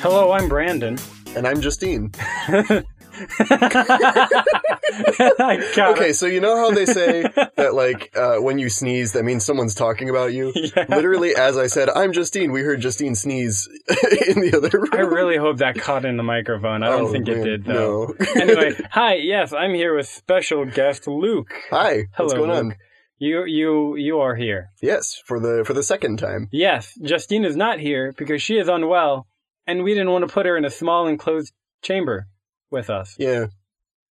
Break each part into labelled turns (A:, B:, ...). A: Hello, I'm Brandon.
B: And I'm Justine.
A: I got
B: Okay, so you know how they say that, like, uh, when you sneeze, that means someone's talking about you?
A: it. Yeah.
B: Literally, as I said, I'm Justine, we heard Justine sneeze in the other room.
A: I really hope that caught in the microphone. I don't
B: Oh,
A: think it
B: man,
A: did, though.
B: No.
A: anyway, hi. Yes, I'm here with special guest Luke.
B: Hi, what's
A: Hello,
B: going on?
A: Luke. You, you, you are here.
B: Yes, for the for the second time.
A: Yes, Justine is not here because she is unwell, and we didn't want to put her in a small enclosed chamber with us.
B: Yeah,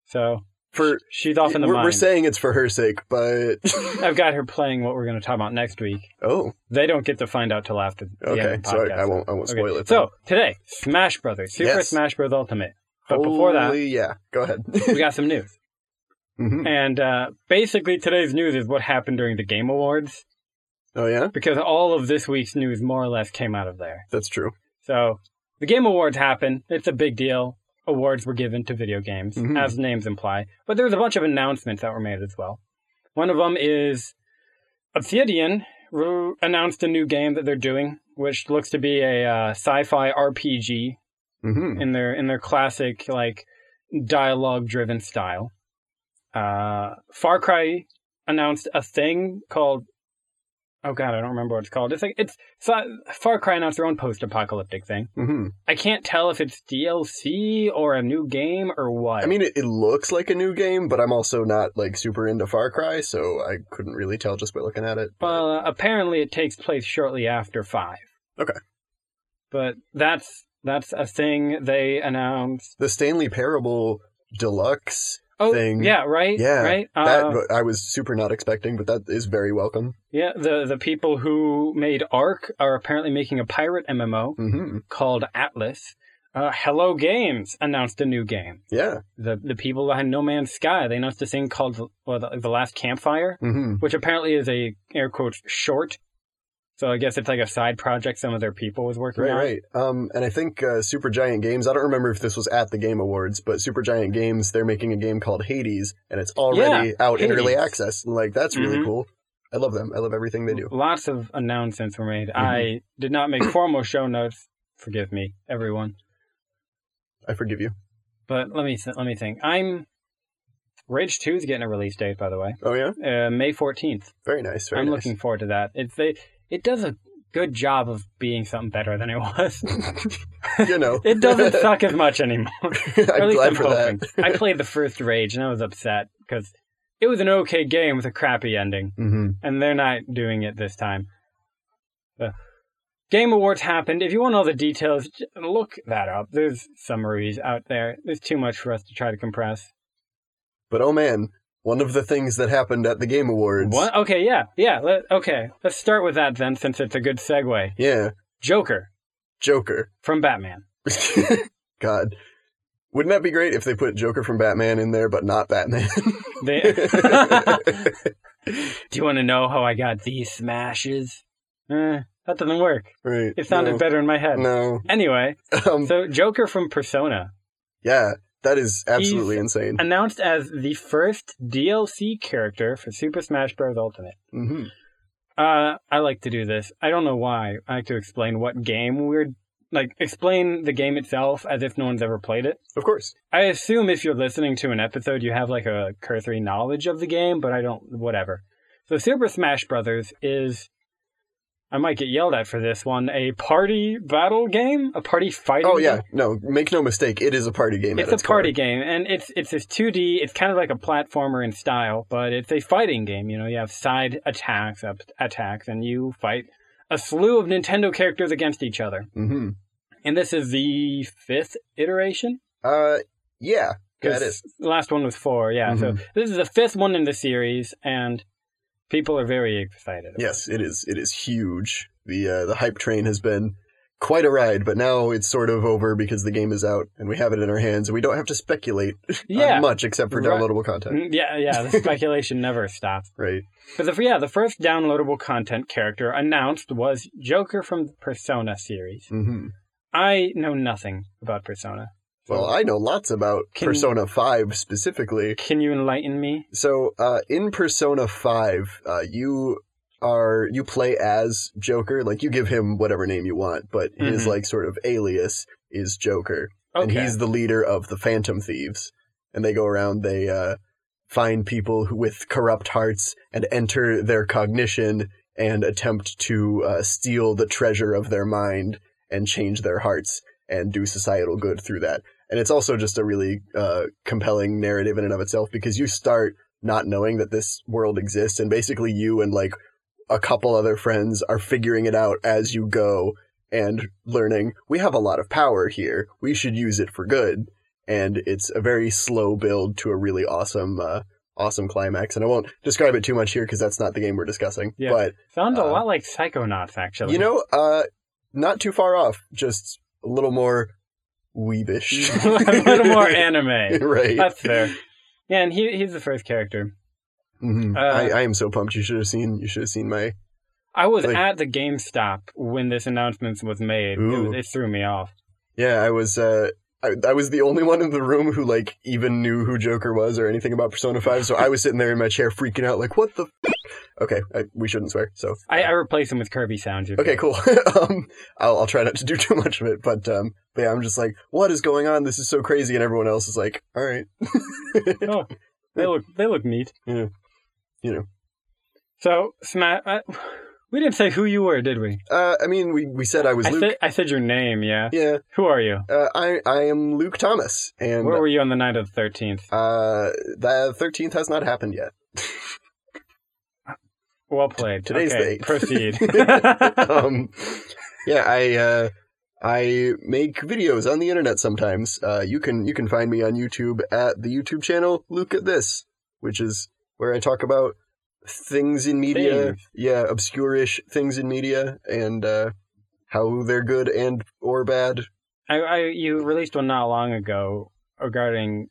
A: So
B: for
A: she's off in the
B: we're,
A: mine.
B: we're saying it's for her sake, but
A: I've got her playing what we're going to talk about next week.
B: oh,
A: They don't get to find out till after the end
B: okay.
A: of the
B: So I, I
A: podcast.
B: won't I won't
A: Okay,
B: spoil it.
A: So today, Smash Brothers, Super
B: Yes.
A: Smash Bros. Ultimate. But
B: then.
A: before that,
B: Holy- yeah, go ahead.
A: we got some news,
B: Mhm.
A: and uh, basically today's news is what happened during the Game Awards
B: Oh yeah,
A: because all of this week's news more or less came out of there.
B: that's true.
A: So the Game Awards happen; it's a big deal. Awards were given to video games,
B: Mhm.
A: as names imply, but there was a bunch of announcements that were made as well. One of them is Obsidian re- announced a new game that they're doing, which looks to be a uh, sci-fi RPG
B: hmm
A: in their in their classic like dialogue driven style. Uh, Far Cry announced a thing called oh god I don't remember what it's called. It's like it's, it's Far Cry announced their own post apocalyptic thing.
B: hmm
A: I can't tell if it's DLC or a new game or what.
B: I mean, it, it looks like a new game, but I'm also not like super into Far Cry, so I couldn't really tell just by looking at it.
A: well apparently it takes place shortly after five.
B: Okay.
A: But that's that's a thing they announced.
B: the Stanley Parable Deluxe.
A: Oh
B: Thing.
A: yeah, right,
B: Yeah,
A: right.
B: That
A: Uh,
B: I was super not expecting, but that is very welcome.
A: Yeah, the the people who made Ark are apparently making a pirate MMO
B: hmm
A: called Atlas. Uh, Hello Games announced a new game.
B: Yeah.
A: The the people behind No Man's Sky they announced a thing called well, the, the Last Campfire,
B: hmm
A: which apparently is a air quotes short. So I guess it's like a side project some of their people was working
B: Right,
A: on.
B: right. Um, and I think uh, Super Giant Games. I don't remember if this was at the Game Awards, but Super Giant Games they're making a game called Hades, and it's already out in early
A: Hades. Mm.
B: access. Like that's really
A: Mhm.
B: cool. I love them. I love everything they do. Mm-hmm.
A: Lots of announcements were made. I did not make formal show notes. Forgive me, everyone.
B: I forgive you.
A: But let me th- let me think. I'm Rage 2 is getting a release date, by the way,
B: Oh yeah,
A: uh, May 14th.
B: very nice. Very
A: I'm
B: nice.
A: looking forward to that. It's they it does a good job of being something better than it was.
B: you know,
A: it doesn't suck as much anymore. Or at
B: I'm
A: least
B: glad
A: I'm
B: for
A: hoping.
B: that.
A: I played the first Rage and I was upset because it was an okay game with a crappy ending,
B: hmm
A: and they're not doing it this time. The Game Awards happened. If you want all the details, j- look that up. There's summaries out there. There's too much for us to try to compress.
B: But oh man, one of the things that happened at the Game Awards.
A: What? Okay, yeah, yeah. Let, okay, let's start with that then, since it's a good segue.
B: Yeah,
A: Joker
B: Joker.
A: from Batman.
B: God. Wouldn't that be great if they put Joker from Batman in there, but not Batman?
A: They... Do you want to know how I got these smashes? Eh, that doesn't work.
B: right.
A: It sounded
B: no,
A: better in my head.
B: No.
A: Anyway,
B: Um,
A: so Joker from Persona
B: yeah, that is absolutely insane.
A: announced as the first DLC character for Super Smash Bros. Ultimate.
B: hmm
A: Uh, I like to do this. I don't know why. I like to explain what game we're like explain the game itself as if no one's ever played it.
B: Of course.
A: I assume if you're listening to an episode, you have like a cursory knowledge of the game, but I don't. Whatever. So Super Smash Brothers is, I might get yelled at for this one, a party battle game, a party fighting.
B: Oh yeah,
A: game?
B: no, make no mistake, it is a party game.
A: It's a
B: at its core.
A: party game, and it's it's this 2D. It's kind of like a platformer in style, but it's a fighting game. You know, you have side attacks, up attacks, and you fight a slew of Nintendo characters against each other.
B: hmm
A: And this is the fifth iteration.
B: Uh, yeah, yeah,
A: Because
B: it is. Mm-hmm.
A: The last one was four, yeah. So this is the fifth one in the series, and people are very excited. about
B: Yes, it is. It is huge. The uh, the hype train has been quite a ride, but now it's sort of over because the game is out and we have it in our hands and we don't have to speculate
A: it. Yeah.
B: on much except for
A: Right. Mm-hmm.
B: downloadable content.
A: Mm, Yeah, yeah, the speculation never stops.
B: Right.
A: But the, yeah, the first downloadable content character announced was Joker from the Persona series.
B: hmm
A: I know nothing about Persona. So
B: Well, I know lots about
A: Can-
B: Persona 5 specifically.
A: can you enlighten me?
B: So, uh, in Persona 5, uh, you are you play as Joker, like you give him whatever name you want, but his
A: Mhm.
B: like sort of alias is Joker, and
A: Okay.
B: he's the leader of the Phantom Thieves. And they go around, they uh, find people who, with corrupt hearts and enter their cognition and attempt to uh, steal the treasure of their mind and change their hearts and do societal good through that. And it's also just a really uh, compelling narrative in and of itself because you start not knowing that this world exists, and basically you and like a couple other friends are figuring it out as you go and learning we have a lot of power here. We should use it for good. And it's a very slow build to a really awesome, uh, awesome climax. And I won't describe it too much here because that's not the game we're discussing.
A: Yeah.
B: But
A: Sounds a
B: uh,
A: lot like Psychonauts, actually.
B: you know, uh, not too far off, just a little more weebish.
A: a little more anime.
B: right.
A: That's fair. Yeah, and he, he's the first character.
B: Mhm.
A: Uh,
B: I, I am so pumped. You should have seen. You should have seen my.
A: I was
B: Like-
A: at the GameStop when this announcement was made. It,
B: Ooh.
A: was, it threw me off.
B: Yeah, I was. Uh, I, I was the only one in the room who like even knew who Joker was or anything about Persona Five. So I was sitting there in my chair freaking out, like, "What the?" F-? Okay, I, we shouldn't swear. So
A: I, I replaced him with Kirby sounds. if
B: Okay,
A: you-
B: cool. um, I'll, I'll try not to do too much of it, but um, but yeah, I'm just like, what is going on? This is so crazy, and everyone else is like, all right,
A: Oh, they look they look neat.
B: Yeah. You know.
A: So, Sma- I, we didn't say who you were, did we?
B: Uh, I mean, we, we said I was
A: I
B: Luke.
A: said I said your name. Yeah.
B: yeah,
A: Who are you?
B: uh, I I am Luke Thomas, and
A: Where were you on the night of the thirteenth?
B: uh, the thirteenth has not happened yet.
A: Well played.
B: today's the
A: okay,
B: eighth.
A: proceed.
B: um, yeah, I uh, I make videos on the internet sometimes. Uh, you can you can find me on YouTube at the YouTube channel Luke at this, which is where I talk about things in media.
A: Things.
B: Yeah, obscure-ish things in media and uh, how they're good and or bad.
A: I, I you released one not long ago regarding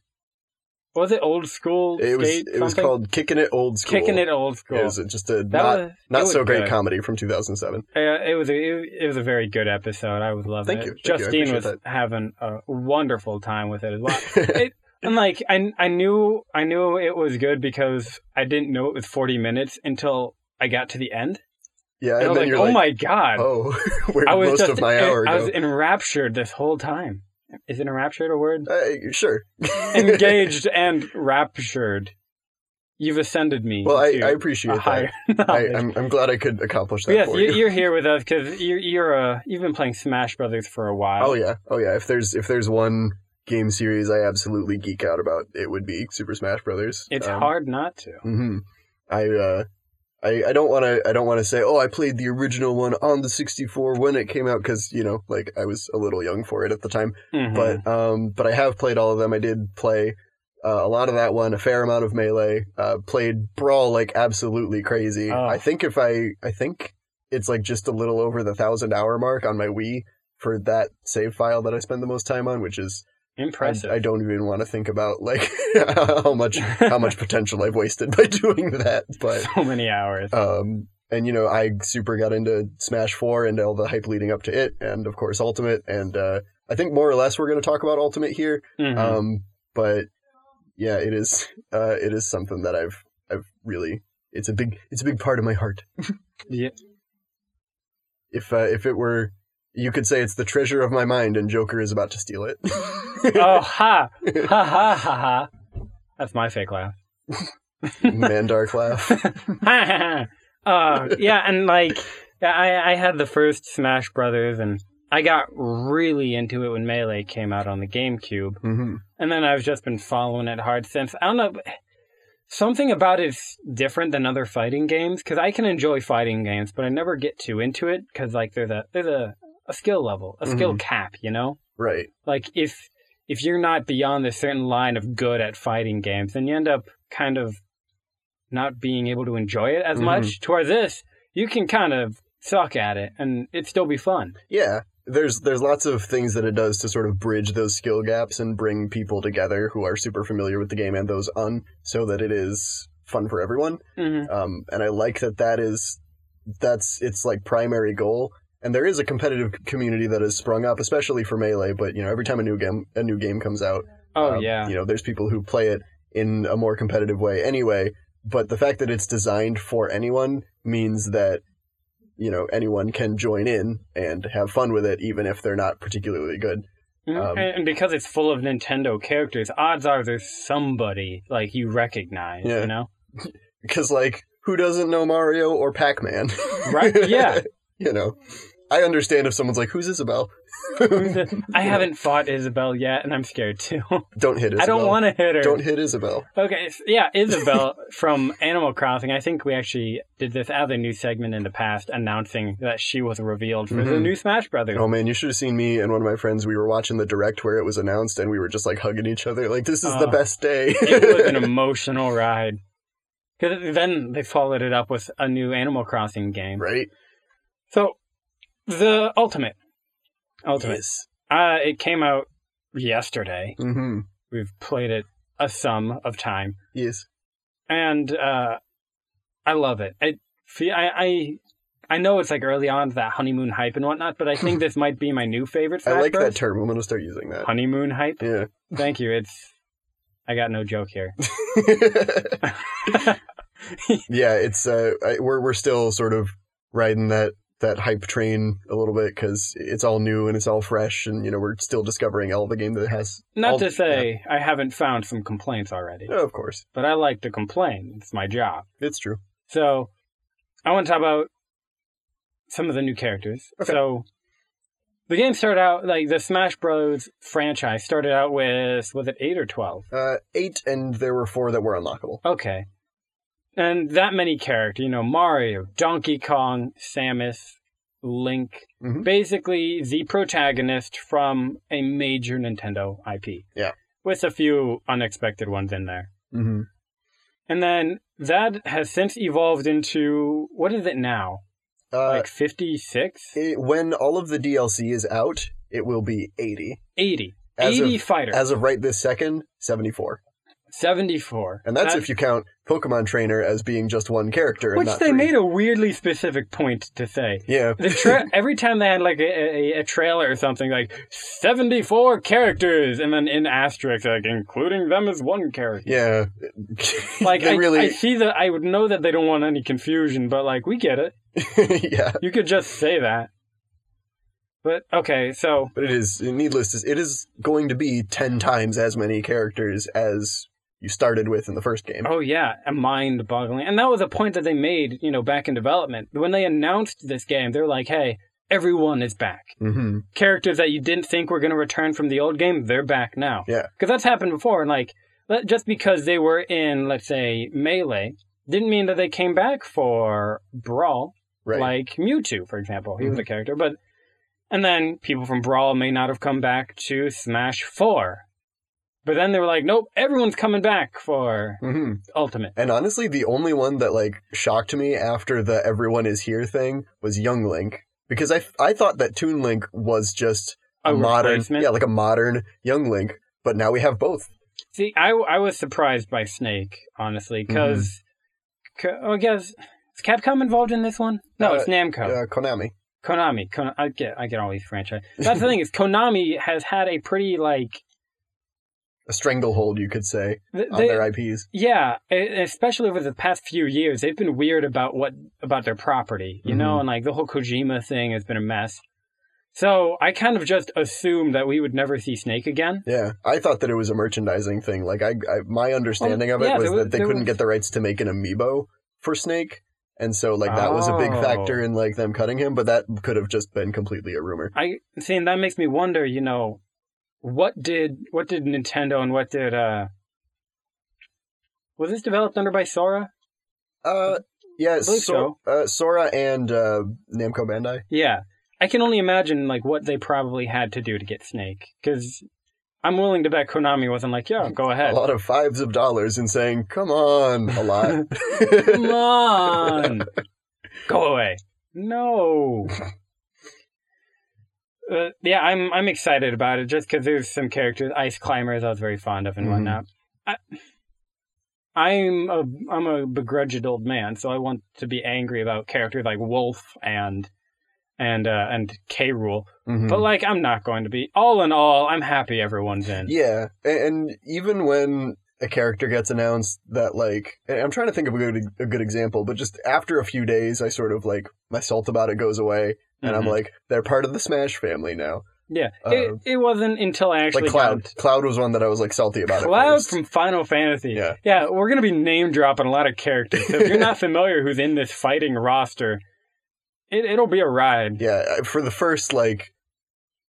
A: was it old school?
B: It was
A: skate
B: it was
A: something?
B: called Kicking It Old School.
A: kicking it old school.
B: It was just a
A: that
B: not
A: was, it
B: not
A: was
B: so great
A: good.
B: comedy from 2007.
A: Uh, it was a, it, it was a very good episode. I was loving
B: Thank
A: it.
B: you, thank you. I
A: Justine
B: appreciate
A: was
B: that.
A: having a wonderful time with it as well. and like I I knew I knew it was good because I didn't know it was 40 minutes until I got to the end.
B: yeah,
A: And,
B: and,
A: I was
B: then
A: like,
B: you're
A: "Oh
B: like,
A: my god."
B: oh, where
A: I
B: did
A: was
B: most
A: just
B: of my hour
A: I,
B: go?
A: was enraptured this whole time. Is enraptured a word?
B: Uh, sure.
A: Engaged and raptured. You've ascended me.
B: well, I,
A: to
B: I
A: a
B: appreciate that.
A: higher
B: I,
A: knowledge.
B: I'm, I'm glad I could accomplish that
A: But yes,
B: for
A: you,
B: you.
A: you're here with us because you're you're uh, you've been playing Smash Brothers for a while.
B: Oh yeah, oh yeah. If there's if there's one game series I absolutely geek out about, it would be Super Smash Brothers.
A: It's
B: Um,
A: hard not to.
B: hmm I, uh, I I don't want to I don't want to say oh I played the original one on the 64 when it came out because you know like I was a little young for it at the time.
A: Mhm.
B: but um, but I have played all of them. I did play uh, a lot of that one, a fair amount of melee. Uh, played brawl like absolutely crazy.
A: Oh.
B: I think if I I think it's like just a little over the thousand hour mark on my Wii for that save file that I spend the most time on, which is I,
A: impressive.
B: I don't even want to think about like how much how much potential I've wasted by doing that, but.
A: so many hours.
B: Um, and you know, I super got into Smash Four and all the hype leading up to it, and of course Ultimate. And uh, I think more or less we're going to talk about Ultimate here.
A: Mhm.
B: Um, but yeah, it is uh, it is something that I've I've really it's a big it's a big part of my heart.
A: Yeah.
B: If uh, if it were, you could say it's the treasure of my mind, and Joker is about to steal it.
A: oh ha ha ha ha ha. That's my fake laugh.
B: Mandark laugh.
A: Ha, ha, ha. uh, yeah, and like yeah, I, I had the first Smash Brothers, and I got really into it when Melee came out on the GameCube,
B: hmm
A: and then I've just been following it hard since. I don't know. but Something about it's different than other fighting games because I can enjoy fighting games, but I never get too into it because like there's a there's a, a skill level, a skill cap, you know.
B: Right.
A: like if if you're not beyond a certain line of good at fighting games then you end up kind of not being able to enjoy it as
B: Mhm.
A: much to where this you can kind of suck at it and it still be fun
B: Yeah, there's there's lots of things that it does to sort of bridge those skill gaps and bring people together who are super familiar with the game and those un, so that it is fun for everyone.
A: mm-hmm.
B: Um, and I like that that is that's its like primary goal. And there is a competitive community that has sprung up, especially for melee. But you know, every time a new game a new game comes out,
A: Oh
B: um,
A: yeah.
B: You know, there's people who play it in a more competitive way anyway, but the fact that it's designed for anyone means that you know, anyone can join in and have fun with it even if they're not particularly good.
A: Mhm.
B: um,
A: and and because it's full of Nintendo characters, odds are there's somebody like you recognize,
B: Yeah.
A: you know?
B: Cuz like who doesn't know Mario or Pac-Man?
A: Right? Yeah.
B: you know. I understand if someone's like, "Who's Isabel?"
A: I haven't fought Isabel yet and I'm scared too.
B: Don't hit Isabel.
A: I don't want to hit her.
B: Don't hit Isabel.
A: Okay, s- yeah, Isabel from Animal Crossing. I think we actually did this as a new segment in the past, announcing that she was revealed for the
B: Mhm.
A: new Smash Brothers.
B: Oh man, you should have seen me and one of my friends. We were watching the direct where it was announced, and we were just like hugging each other, like this is the
A: Oh.
B: best day.
A: It was an emotional ride. Because then they followed it up with a new Animal Crossing game.
B: right?
A: So, the Ultimate. Ultimate. Uh, it came out yesterday.
B: Mm-hmm.
A: We've played it a sum of time.
B: Yes.
A: and uh, I love it. I, fe- I I I know it's like early on that honeymoon hype and whatnot, but I think this might be my new favorite.
B: I
A: Smash
B: like
A: Bros.
B: that term. I'm gonna start using that.
A: honeymoon hype.
B: Yeah.
A: Thank you. It's I got no joke here.
B: yeah, it's uh, I, we're we're still sort of riding that that hype train a little bit because it's all new and it's all fresh, and you know we're still discovering all the game that it has.
A: Not
B: I'll-
A: to say I haven't found some complaints already,
B: Oh, of course,
A: but I like to complain. It's my job.
B: it's true.
A: So I want to talk about some of the new characters.
B: Okay.
A: So the game started out like the Smash Bros. franchise started out with was it eight or twelve?
B: Uh, eight, and there were four that were unlockable.
A: Okay. And that many characters, you know, Mario, Donkey Kong, Samus, Link,
B: Mhm.
A: basically the protagonist from a major Nintendo IP.
B: Yeah.
A: With a few unexpected ones in there.
B: Mm-hmm.
A: And then that has since evolved into what is it now?
B: Uh,
A: like 56?
B: it- when all of the DLC is out, it will be eighty.
A: 80.
B: As
A: 80
B: of
A: fighters.
B: as of right this second, seventy-four,
A: 74.
B: and that's if you count Pokemon Trainer as being just one character. and
A: Which
B: not
A: they
B: three.
A: made a weirdly specific point to say.
B: Yeah,
A: The tra- every time they had like a, a, a trailer or something, like seventy four characters, and then in asterisk, like including them as one character.
B: yeah.
A: Like
B: they
A: I,
B: really,
A: I see that I would know that they don't want any confusion, but like we get it.
B: yeah.
A: You could just say that. But okay, so
B: But it is needless. To, it is going to be ten times as many characters as you started with in the first game.
A: oh yeah, mind boggling, and that was a point that they made, you know, back in development when they announced this game. They're like, hey, everyone is back.
B: Mm-hmm.
A: characters that you didn't think were going to return from the old game, they're back now.
B: Yeah.
A: Because that's happened before. And like, let, just because they were in, let's say, Melee, didn't mean that they came back for Brawl,
B: Right. Mm-hmm.
A: like Mewtwo, for example. He was a character. But, and then people from Brawl may not have come back to Smash 4. But then they were like, nope, everyone's coming back for
B: hmm
A: Ultimate.
B: And honestly, the only one that like shocked me after the "everyone is here" thing was Young Link because I I thought that Toon Link was just
A: A
B: modern,
A: replacement.
B: yeah, like a modern Young Link. But now we have both.
A: See, I, I was surprised by Snake, honestly,
B: Mm-hmm.
A: because I guess is Capcom involved in this one? No, it's
B: Uh,
A: Namco,
B: Uh, Konami.
A: Konami. Kon- I get I get all these franchise. That's the thing is Konami has had a pretty like
B: A stranglehold, you could say,
A: th-
B: on
A: they,
B: their IPs.
A: yeah, e- especially over the past few years, they've been weird about what about their property, you know,
B: Mhm.
A: and like the whole Kojima thing has been a mess. So I kind of just assumed that we would never see Snake again.
B: Yeah, I thought that it was a merchandising thing. Like I, I my understanding
A: Well,
B: of it
A: yeah,
B: was
A: there was-
B: that they
A: there
B: couldn't
A: was-
B: get the rights to make an amiibo for Snake, and so like that was a big
A: Oh.
B: factor in like them cutting him. But that could have just been completely a rumor.
A: I see, and that makes me wonder, you know, what did what did Nintendo and what did uh was this developed under by Sora?
B: Uh, yeah,
A: believe
B: Sor- uh, Sora and uh, Namco Bandai.
A: Yeah. I can only imagine like what they probably had to do to get Snake cuz I'm willing to bet Konami wasn't like, "Yeah, go
B: A
A: ahead."
B: lot of fives of dollars and saying, "Come on," a lot.
A: Come on. go away. No. Uh, yeah, I'm I'm excited about it just because there's some characters, ice climbers, I was very fond of and
B: Mhm.
A: whatnot. I, I'm a I'm a begrudged old man, so I want to be angry about characters like Wolf and and uh, and K Rule.
B: Mhm.
A: But like, I'm not going to be. All in all, I'm happy everyone's in.
B: Yeah, a- and even when a character gets announced, that like and I'm trying to think of a good a good example, but just after a few days, I sort of like my salt about it goes away, and I'm
A: Mhm.
B: like, they're part of the Smash family now.
A: yeah.
B: uh,
A: it, it wasn't until I actually
B: like Cloud,
A: got-
B: Cloud was one that I was like salty about. at
A: Cloud
B: first.
A: from Final Fantasy.
B: Yeah.
A: we're gonna be name dropping a lot of characters. So if you're not familiar who's in this fighting roster, it it'll be a ride.
B: yeah, I- for the first like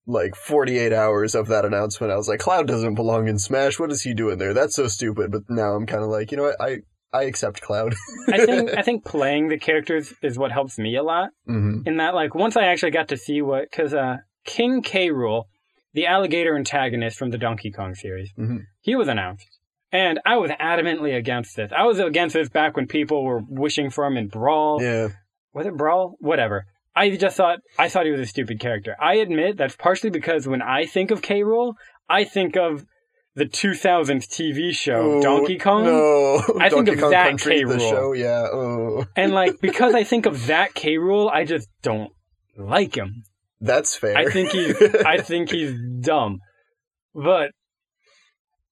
B: like 48 hours of that announcement, I was like, Cloud doesn't belong in Smash. What is he doing there? That's so stupid. But now I'm kind of like, you know what? I I accept Cloud.
A: I think I think playing the characters is what helps me a lot.
B: hmm
A: In that, like, once I actually got to see what because uh, King K. Rule, the alligator antagonist from the Donkey Kong series,
B: Mhm.
A: he was announced. And I was adamantly against this. I was against this back when people were wishing for him in Brawl.
B: Yeah.
A: was it Brawl? Whatever. I just thought I thought he was a stupid character. I admit that's partially because when I think of K. Rool, I think of the 2000s TV show
B: Oh,
A: Donkey Kong,
B: No.
A: I think
B: Donkey
A: of
B: Kong
A: that
B: Country, the
A: K-Rool.
B: show. Yeah. Oh.
A: and like because I think of that K. Rool, I just don't like him.
B: That's fair.
A: I think he's I think he's dumb, but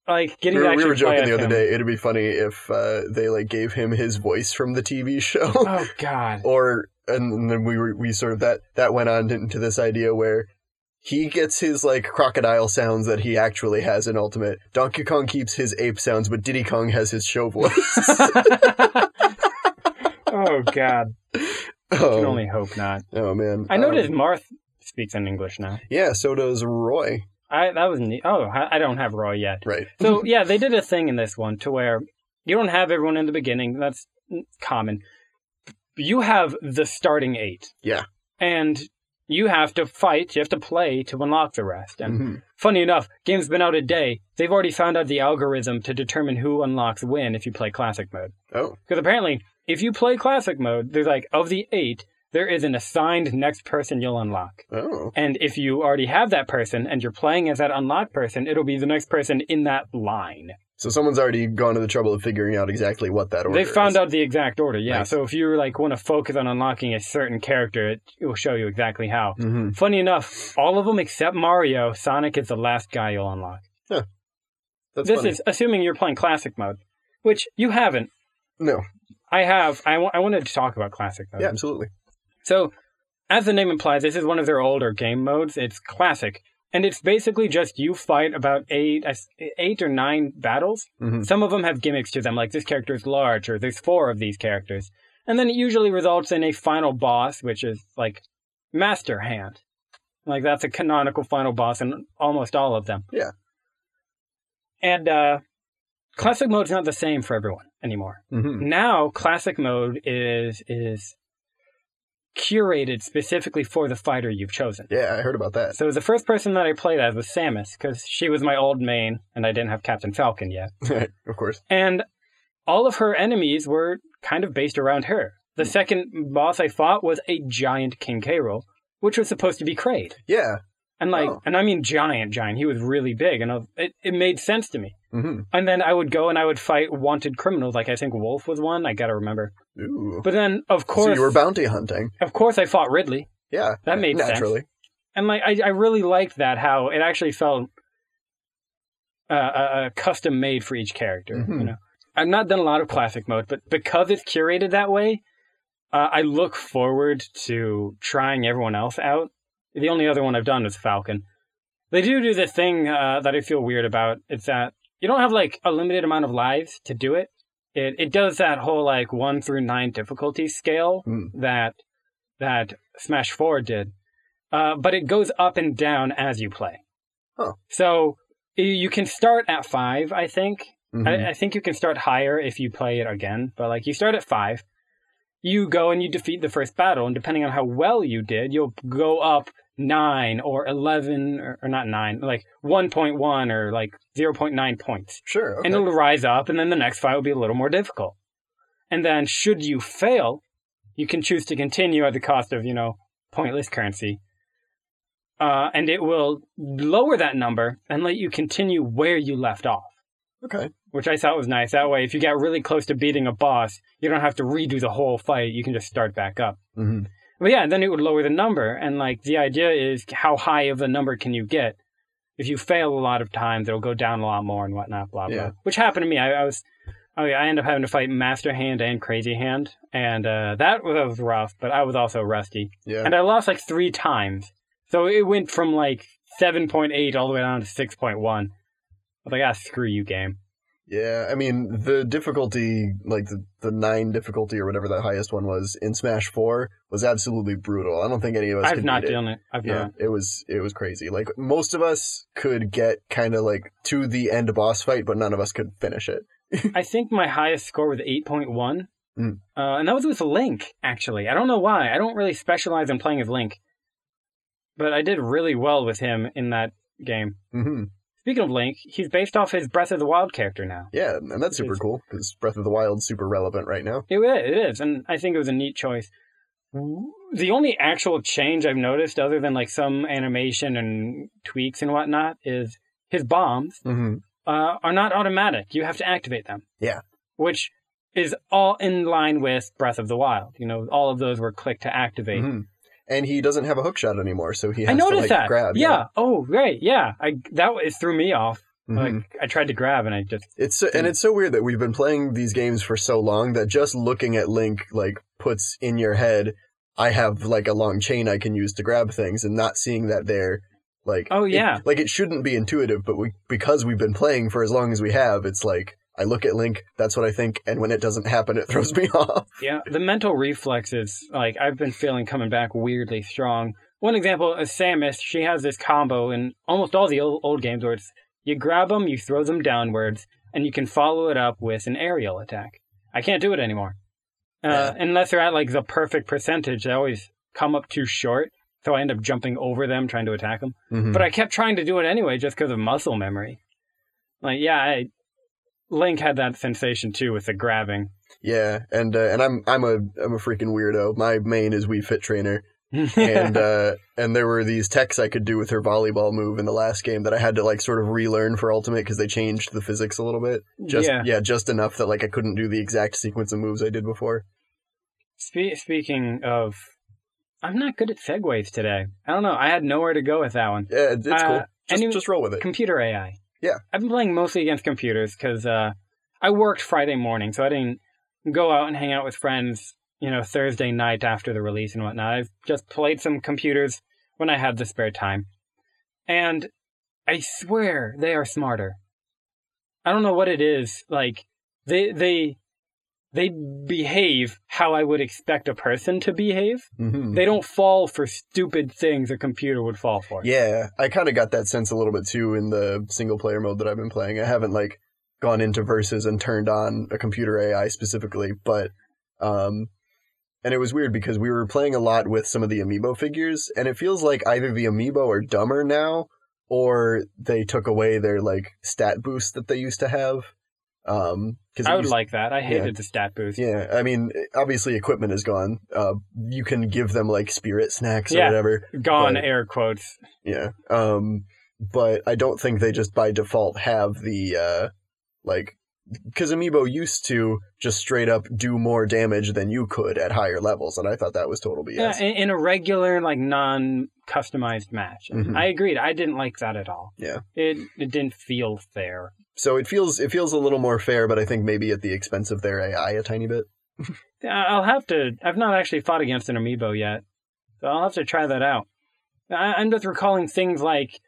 A: like
B: we
A: getting to
B: were, we
A: actually
B: were
A: play
B: joking
A: as
B: the other
A: him-
B: day. It'd be funny if uh, they like gave him his voice from the TV show.
A: Oh God,
B: or and then we were we sort of that that went on into this idea where he gets his like crocodile sounds that he actually has in Ultimate. Donkey Kong keeps his ape sounds, but Diddy Kong has his show voice.
A: oh God, I can
B: oh,
A: only hope not.
B: oh man,
A: I noticed
B: Um,
A: Marth speaks in English now.
B: yeah, so does Roy.
A: I that was neat. Oh, I I don't have Raw yet.
B: Right.
A: So yeah, they did a thing in this one to where you don't have everyone in the beginning. That's common. You have the starting eight.
B: Yeah.
A: And you have to fight. You have to play to unlock the rest. And
B: Mhm.
A: funny enough, game's been out a day. They've already found out the algorithm to determine who unlocks when if you play classic mode.
B: Oh,
A: Because apparently, if you play classic mode, there's like of the eight, there is an assigned next person you'll unlock.
B: oh,
A: And if you already have that person and you're playing as that unlocked person, it'll be the next person in that line.
B: so someone's already gone to the trouble of figuring out exactly what that order.
A: They found
B: is.
A: out the exact order, yeah.
B: Nice.
A: So if you like want to focus on unlocking a certain character, it, it will show you exactly how.
B: Mhm.
A: Funny enough, all of them except Mario, Sonic is the last guy you'll unlock.
B: That's
A: this
B: funny.
A: is assuming you're playing classic mode, which you haven't.
B: no.
A: I have. I wa- I wanted to talk about classic mode.
B: Yeah, absolutely.
A: So, as the name implies, this is one of their older game modes. It's classic, and it's basically just you fight about eight, I s- eight or nine battles.
B: Mhm.
A: Some of them have gimmicks to them, like this character is large, or there's four of these characters, and then it usually results in a final boss, which is like Master Hand. Like that's a canonical final boss in almost all of them.
B: Yeah.
A: And uh, classic mode's not the same for everyone anymore
B: Mhm.
A: now classic mode is is curated specifically for the fighter you've chosen.
B: Yeah, I heard about that.
A: So the first person that I played as was Samus because she was my old main and I didn't have Captain Falcon yet.
B: of course.
A: And all of her enemies were kind of based around her. The second boss I fought was a giant King K. Rool, which was supposed to be Kraid.
B: Yeah.
A: And like,
B: Oh.
A: and I mean giant, giant. He was really big, and I was- it, it made sense to me.
B: hmm
A: And then I would go and I would fight wanted criminals. Like I think Wolf was one. I gotta remember.
B: Ooh.
A: But then, of course,
B: so you were bounty hunting.
A: of course, I fought Ridley,
B: Yeah.
A: That made sense.
B: naturally.
A: and like I, I really liked that how it actually felt uh, uh, uh, custom made for each character.
B: Mhm.
A: You know, I've not done a lot of classic mode, but because it's curated that way, uh, I look forward to trying everyone else out. The only other one I've done is Falcon. They do do this thing uh, that I feel weird about. It's that you don't have like a limited amount of lives to do it. It it does that whole like one through nine difficulty scale
B: Mm.
A: that that Smash Four did, uh, but it goes up and down as you play.
B: Huh.
A: So y- you can start at five, I think.
B: Mhm.
A: I, I think you can start higher if you play it again, but like you start at five, you go and you defeat the first battle, and depending on how well you did, you'll go up nine or eleven or, or not nine, like one point one or like zero point nine points
B: Sure. Okay.
A: and it'll rise up, and then the next fight will be a little more difficult. And then, should you fail, you can choose to continue at the cost of, you know, pointless currency. Uh, and it will lower that number and let you continue where you left off,
B: okay.
A: which I thought was nice. That way, if you got really close to beating a boss, you don't have to redo the whole fight. You can just start back up.
B: Mhm.
A: But yeah, then it would lower the number. And like the idea is how high of a number can you get? If you fail a lot of times, it'll go down a lot more and whatnot, blah blah.
B: Yeah.
A: Which happened to me. I, I was, I, I ended up having to fight Master Hand and Crazy Hand, and uh, that was, that was rough. But I was also rusty,
B: Yeah.
A: and I lost like three times. So it went from like seven point eight all the way down to six point one. I was like, ah, screw you, game.
B: Yeah, I mean the difficulty, like the, the nine difficulty or whatever the highest one was in Smash Four, was absolutely brutal. I don't think any of us.
A: I've
B: could
A: not
B: beat it.
A: done it. I've
B: Yeah,
A: not.
B: Um, it was it was crazy. Like most of us could get kind of like to the end boss fight, but none of us could finish it.
A: I think my highest score was 8.1.
B: Mm.
A: Uh, and that was with Link, actually. I don't know why. I don't really specialize in playing as Link. But I did really well with him in that game.
B: hmm
A: Speaking of Link, he's based off his Breath of the Wild character now.
B: Yeah, and that's super
A: It's-
B: cool because Breath of the Wild's super relevant right now.
A: It, i- it is, and I think it was a neat choice. The only actual change I've noticed, other than like some animation and tweaks and whatnot, is his bombs
B: Mm-hmm.
A: uh, are not automatic. You have to activate them.
B: Yeah.
A: Which is all in line with Breath of the Wild. You know, all of those were click to activate.
B: And he doesn't have a hookshot anymore, so he has
A: I noticed
B: Mm-hmm. to like
A: that.
B: grab.
A: yeah. Oh, right. Yeah. I that it threw me off.
B: Mhm.
A: Like I tried to grab and I just
B: It's so, and it's so weird that we've been playing these games for so long that just looking at Link like puts in your head, I have like a long chain I can use to grab things, and not seeing that there, like
A: Oh,
B: it-
A: yeah.
B: like it shouldn't be intuitive, but we because we've been playing for as long as we have, it's like I look at Link, that's what I think, and when it doesn't happen, it throws me off.
A: yeah. The mental reflexes like I've been feeling coming back weirdly strong. One example is Samus. She has this combo in almost all the old, old games where it's you grab them, you throw them downwards, and you can follow it up with an aerial attack. I can't do it anymore. Uh, Unless they're at like the perfect percentage, they always come up too short. So I end up jumping over them trying to attack them.
B: Hmm.
A: but I kept trying to do it anyway just because of muscle memory. Like, yeah, I, Link had that sensation too with the grabbing.
B: yeah, and uh, and I'm I'm a I'm a freaking weirdo. My main is Wii Fit Trainer, and uh, and there were these techs I could do with her volleyball move in the last game that I had to like sort of relearn for Ultimate because they changed the physics a little bit. Just
A: yeah.
B: just enough that like I couldn't do the exact sequence of moves I did before.
A: Spe- speaking of, I'm not good at segues today. I don't know. I had nowhere to go with that one.
B: Yeah, it- it's cool.
A: Uh,
B: Just,
A: any-
B: just roll with it.
A: Computer AI.
B: Yeah.
A: I've been playing mostly against computers because uh, I worked Friday morning, so I didn't go out and hang out with friends, you know, Thursday night after the release and whatnot. I've just played some computers when I had the spare time. And I swear they are smarter. I don't know what it is. Like they they they behave how I would expect a person to behave.
B: Mhm.
A: They don't fall for stupid things a computer would fall for.
B: Yeah, I kind of got that sense a little bit too in the single player mode that I've been playing. I haven't like gone into verses and turned on a computer AI specifically, but um and it was weird because we were playing a lot with some of the amiibo figures and it feels like either the amiibo are dumber now or they took away their like stat boost that they used to have. Um cuz
A: I would like that. I hated the stat boost.
B: yeah, I mean, obviously equipment is gone. Uh, you can give them like spirit snacks or
A: Yeah.
B: whatever,
A: Gone
B: But-
A: air quotes. uh,
B: yeah. Um, but I don't think they just by default have the uh, like because Amiibo used to just straight up do more damage than you could at higher levels, and I thought that was total BS.
A: Yeah, in, in a regular, like non-customized match. And
B: Mhm.
A: I agreed. I didn't like that at all.
B: Yeah.
A: it it didn't feel fair.
B: So it feels it feels a little more fair, but I think maybe at the expense of their AI a tiny bit.
A: I- I'll have to. I've not actually fought against an amiibo yet, so I'll have to try that out. I, I'm just recalling things like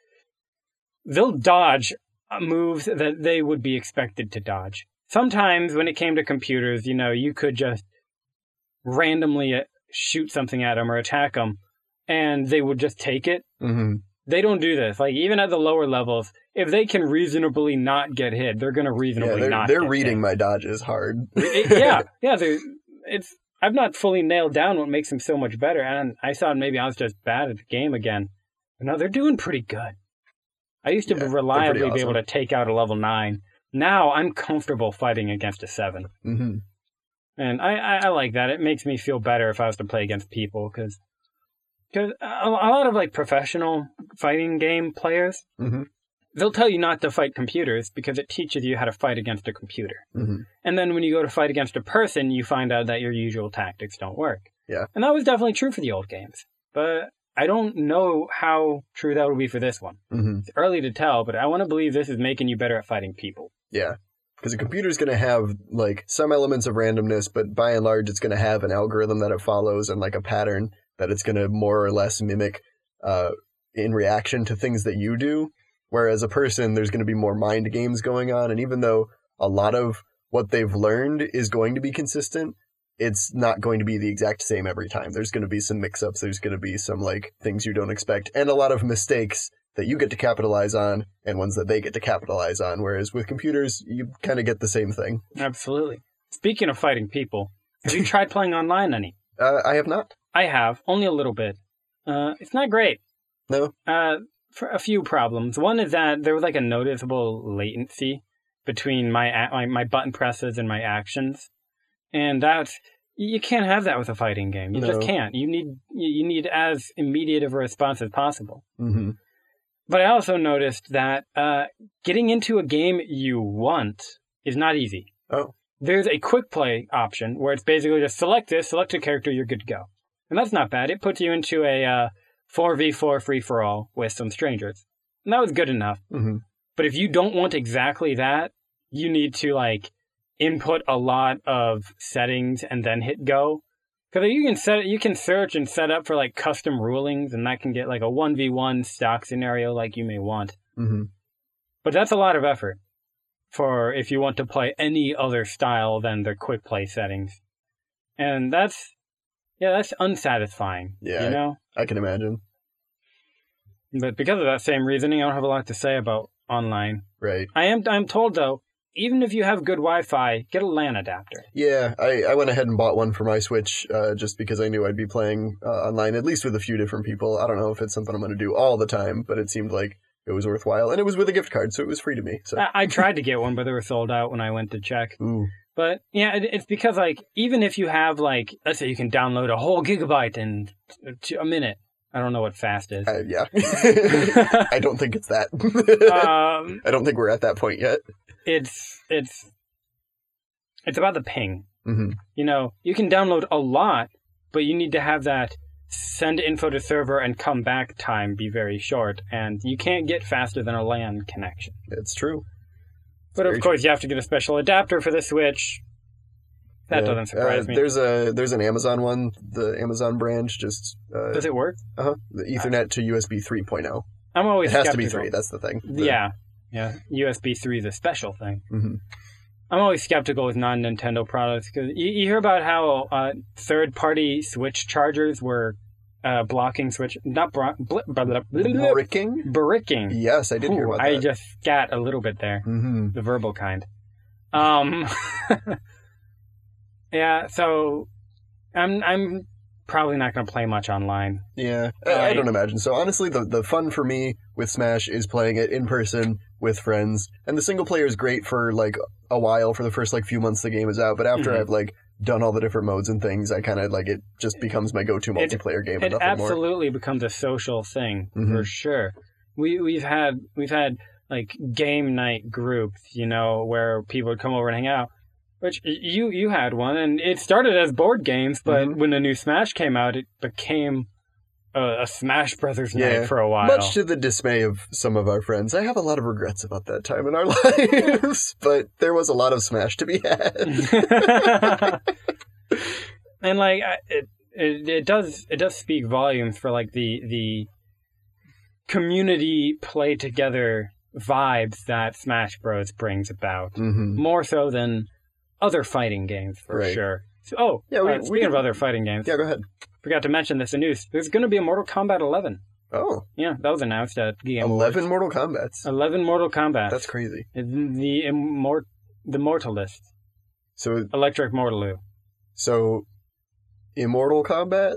A: they'll dodge uh, moves that they would be expected to dodge. Sometimes when it came to computers, you know, you could just randomly uh, shoot something at them or attack them, and they would just take it.
B: Mm-hmm.
A: They don't do this. Like even at the lower levels, if they can reasonably not get hit, they're going to
B: Yeah,
A: reasonably
B: they're,
A: not.
B: they're
A: get
B: reading
A: hit.
B: my dodges hard.
A: It- yeah, yeah. They're, it's I've not fully nailed down what makes them so much better, and I thought maybe I was just bad at the game again. But no, they're doing pretty good. I used to
B: Yeah, they're pretty
A: reliably be able
B: awesome.
A: to take out a level nine. Now I'm comfortable fighting against a seven.
B: mm-hmm.
A: And I, I, I like that. It makes me feel better if I was to play against people because cause a, a lot of like professional fighting game players,
B: Mhm.
A: they'll tell you not to fight computers because it teaches you how to fight against a computer.
B: Mhm.
A: And then when you go to fight against a person, you find out that your usual tactics don't work.
B: Yeah.
A: And that was definitely true for the old games. But I don't know how true that would be for this one.
B: Mm-hmm.
A: It's early to tell, but I want to believe this is making you better at fighting people.
B: Yeah. Because a computer's going to have like some elements of randomness, but by and large, it's going to have an algorithm that it follows and like a pattern that it's going to more or less mimic uh, in reaction to things that you do. Whereas a person, there's going to be more mind games going on. And even though a lot of what they've learned is going to be consistent, it's not going to be the exact same every time. There's going to be some mix ups, there's going to be some like things you don't expect, and a lot of mistakes that you get to capitalize on and ones that they get to capitalize on. Whereas with computers, you kind of get the same thing.
A: Absolutely. Speaking of fighting people, have you tried playing online any?
B: Uh, I have not.
A: I have, only a little bit. Uh, it's not great.
B: No?
A: Uh, for a few problems. One is that there was like a noticeable latency between my a- my, my button presses and my actions, and that's you can't have that with a fighting game. You just
B: No.
A: can't. You need you you need as immediate of a response as possible.
B: Mm-hmm.
A: But I also noticed that uh, getting into a game you want is not easy.
B: Oh.
A: There's a quick play option where it's basically just select this, select a character, you're good to go. And that's not bad. It puts you into a uh, 4v4 free for all with some strangers. And that was good enough.
B: Mm-hmm.
A: But if you don't want exactly that, you need to like input a lot of settings and then hit go. Because you can set you can search and set up for like custom rulings, and that can get like a one v one stock scenario like you may want.
B: Mm-hmm.
A: But that's a lot of effort for if you want to play any other style than the quick play settings, and that's yeah, that's unsatisfying.
B: Yeah,
A: you
B: I-
A: know.
B: I can imagine.
A: But because of that same reasoning, I don't have a lot to say about online.
B: Right.
A: I am I'm told though, even if you have good Wi-Fi, get a LAN adapter.
B: Yeah, I, I went ahead and bought one for my Switch uh, just because I knew I'd be playing uh, online, at least with a few different people. I don't know if it's something I'm going to do all the time, but it seemed like it was worthwhile. And it was with a gift card, so it was free to me. So,
A: I, I tried to get one, but they were sold out when I went to check.
B: ooh,
A: But yeah, it, it's because like even if you have like let's say you can download a whole gigabyte in t- a minute. I don't know what fast is.
B: uh, yeah. I don't think it's that.
A: um,
B: I don't think we're at that point yet.
A: it's it's it's about the ping.
B: hmm
A: You know, you can download a lot, but you need to have that send info to server and come back time be very short, and you can't get faster than a LAN connection.
B: It's true.
A: But of
B: Very
A: course, you have to get a special adapter for the Switch. That
B: Yeah.
A: doesn't surprise
B: Uh,
A: me.
B: There's a there's an Amazon one, the Amazon brand, just uh,
A: Does it work?
B: uh the Ethernet to USB 3.0.
A: I'm always
B: oh. It has to be
A: skeptical.
B: three. That's the thing. The-
A: Yeah, yeah. USB three is a special thing.
B: Mhm.
A: I'm always skeptical with non-Nintendo products because you, you hear about how uh, third-party Switch chargers were uh, blocking Switch, not bro- bl- bl- bl- bl-
B: Bricking?
A: bricking.
B: Yes, I did hear
A: Ooh,
B: about that.
A: I just scat a little bit there.
B: hmm
A: the verbal kind. Um, yeah, so I'm I'm probably not going to play much online.
B: Yeah, I- I,
A: Right.
B: don't imagine. So honestly, the the fun for me with Smash is playing it in person with friends, and the single player is great for like a while for the first like few months the game is out. But after
A: Mhm.
B: I've like done all the different modes and things, I kind of like it just becomes my go to
A: It-
B: multiplayer game and
A: It
B: nothing more.
A: absolutely becomes a social thing for
B: Mhm.
A: sure. We we've had we've had like game night groups, you know, where people would come over and hang out. Which y- you you had one, and it started as board games, but
B: Mhm.
A: when the new Smash came out, it became a, a Smash Brothers
B: Yeah.
A: night for a while.
B: Much to the dismay of some of our friends, I have a lot of regrets about that time in our lives, but there was a lot of Smash to be had.
A: and like I- it, it it does it does speak volumes for like the the community play together vibes that Smash Bros brings about
B: hmm
A: more so than other fighting games for
B: Right.
A: sure. So, oh,
B: Yeah, we-
A: uh,
B: we
A: speaking of
B: can-
A: other fighting games,
B: Yeah, go ahead.
A: forgot to mention this in news. There's going to be a Mortal Kombat 11.
B: Oh,
A: Yeah, that was announced at Game
B: 11 Mortal Kombat's.
A: 11 Mortal Kombat.
B: That's crazy.
A: the immort the Mortalist,
B: So
A: Electric Mortalu.
B: So, Immortal Kombat?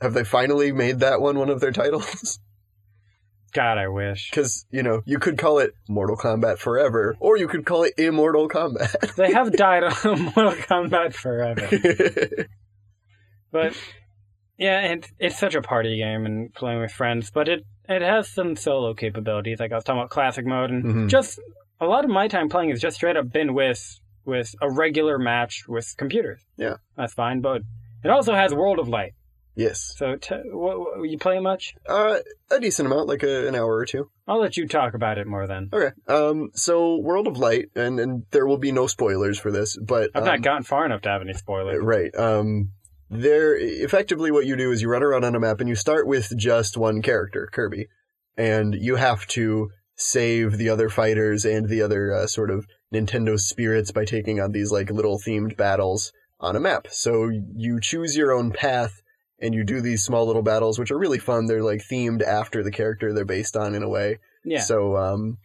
B: Have they finally made that one one of their titles?
A: God, I wish.
B: Because, you know, you could call it Mortal Kombat Forever, or you could call it Immortal Kombat.
A: they have died on Mortal Kombat forever. But yeah, and it's such a party game and playing with friends, but it it has some solo capabilities. Like I was talking about classic mode and
B: Mhm.
A: just a lot of my time playing is just straight up been with with a regular match with computers.
B: Yeah.
A: That's fine, but It also has World of Light.
B: Yes.
A: So t- what, what, you play much?
B: Uh, a decent amount, like a, an hour or two.
A: I'll let you talk about it more then.
B: Okay. Um, so World of Light, and, and there will be no spoilers for this, but
A: I've
B: um,
A: not gotten far enough to have any spoilers.
B: Right. Um, there, effectively, what you do is you run around on a map and you start with just one character, Kirby, and you have to save the other fighters and the other uh, sort of Nintendo spirits by taking on these like little themed battles on a map. So you choose your own path and you do these small little battles, which are really fun. They're like themed after the character they're based on in a way.
A: Yeah.
B: So, um,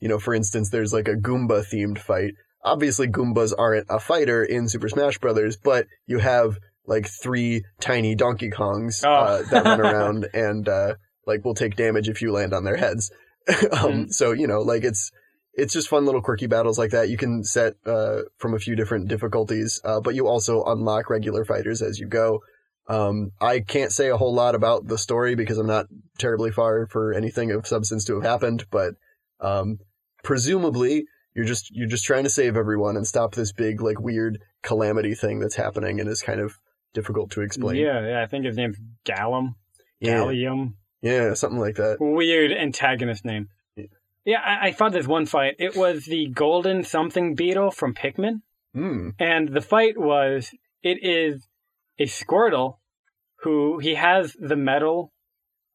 B: you know, for instance, there's like a Goomba themed fight. Obviously, Goombas aren't a fighter in Super Smash Brothers, but you have like three tiny Donkey Kongs
A: Oh.
B: uh, that run around and uh, like will take damage if you land on their heads. um,
A: Mhm.
B: So you know, like it's it's just fun little quirky battles like that. You can set uh, from a few different difficulties, uh, but you also unlock regular fighters as you go. Um, I can't say a whole lot about the story because I'm not terribly far for anything of substance to have happened, but um, presumably you're just you're just trying to save everyone and stop this big like weird calamity thing that's happening and is kind of difficult to explain.
A: Yeah, yeah, I think his name's Gallum.
B: yeah,
A: Gallium.
B: yeah, something like that.
A: Weird antagonist name.
B: Yeah.
A: Yeah, I, I fought this one fight. It was the golden something beetle from Pikmin.
B: Hmm.
A: And the fight was it is a Squirtle who he has the metal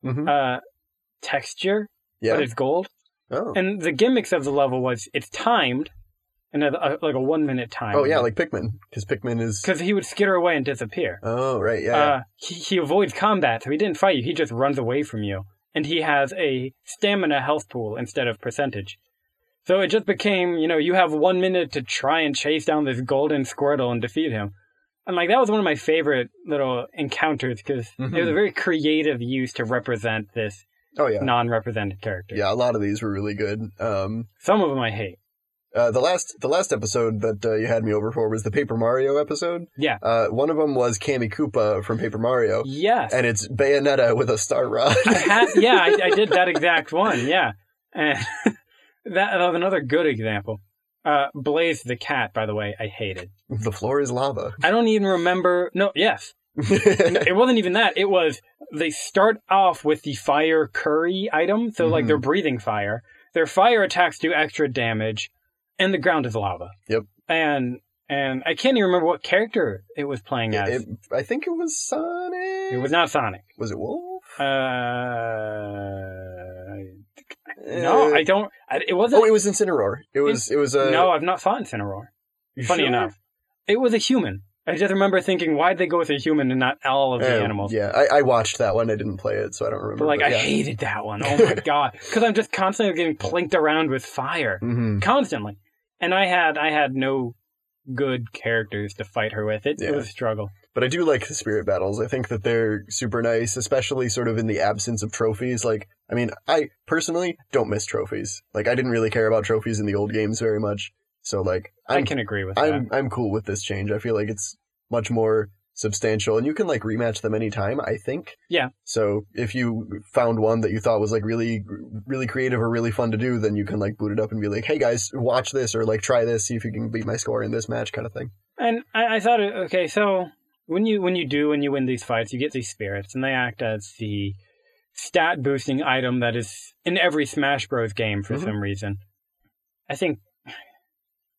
B: hmm
A: uh, texture, but
B: Yeah.
A: it's gold.
B: Oh.
A: And the gimmicks of the level was it's timed, and a, a- like a one minute time.
B: Oh yeah, like Pikmin, because Pikmin is.
A: because he would skitter away and disappear.
B: Oh right, yeah. yeah.
A: Uh, he, he avoids combat, so he didn't fight you. He just runs away from you, and he has a stamina health pool instead of percentage. So it just became, you know, you have one minute to try and chase down this golden Squirtle and defeat him. And like that was one of my favorite little encounters because it was
B: Mhm.
A: a very creative use to represent this
B: oh yeah.
A: non-represented character.
B: Yeah, a lot of these were really good. Um,
A: Some of them I hate.
B: Uh, the last the last episode that uh, you had me over for was the Paper Mario episode.
A: Yeah.
B: Uh, one of them was Kami Koopa from Paper Mario,
A: Yes.
B: Oh, and it's Bayonetta with a star rod.
A: I had, yeah, I, I did that exact one. Yeah, and that, that was another good example. Uh, Blaze the cat, by the way, I hated.
B: the floor is lava.
A: I don't even remember. No, yes,
B: yeah,
A: it wasn't even that. It was they start off with the fire curry item, so like
B: Mhm.
A: they're breathing fire. Their fire attacks do extra damage, and the ground is lava.
B: Yep.
A: And and I can't even remember what character it was playing as.
B: it, I think it was Sonic.
A: it was not Sonic.
B: Was it Wolf?
A: Uh, No,
B: Uh,
A: I don't. I, it wasn't.
B: Oh, it was Incineroar. It was. It was uh, a.
A: no, I've not fought Incineroar. Funny enough, it was a human. I just remember thinking, why'd they go with a human and not all of the animals?
B: Um, Oh, Yeah, I, I watched that one. I didn't play it, so I don't remember.
A: But like,
B: but
A: I
B: yeah.
A: hated that one. Oh my god, because I'm just constantly getting plinked around with fire,
B: Mhm.
A: constantly. And I had, I had no good characters to fight her with. It, it
B: Yeah.
A: was a struggle.
B: But I do like the spirit battles. I think that they're super nice, especially sort of in the absence of trophies. Like, I mean, I personally don't miss trophies. Like, I didn't really care about trophies in the old games very much. So, like,
A: i
B: I'm,
A: can agree with that.
B: I'm, I'm cool with this change. I feel like it's much more substantial, and you can like rematch them anytime. I think.
A: Yeah.
B: So if you found one that you thought was like really, really creative or really fun to do, then you can like boot it up and be like, "Hey guys, watch this," or like try this, see if you can beat my score in this match, kind of thing.
A: And I, I thought, uh, okay, so when you when you do when you win these fights, you get these spirits, and they act as the stat boosting item that is in every Smash Bros. game for
B: Mhm.
A: some reason. I think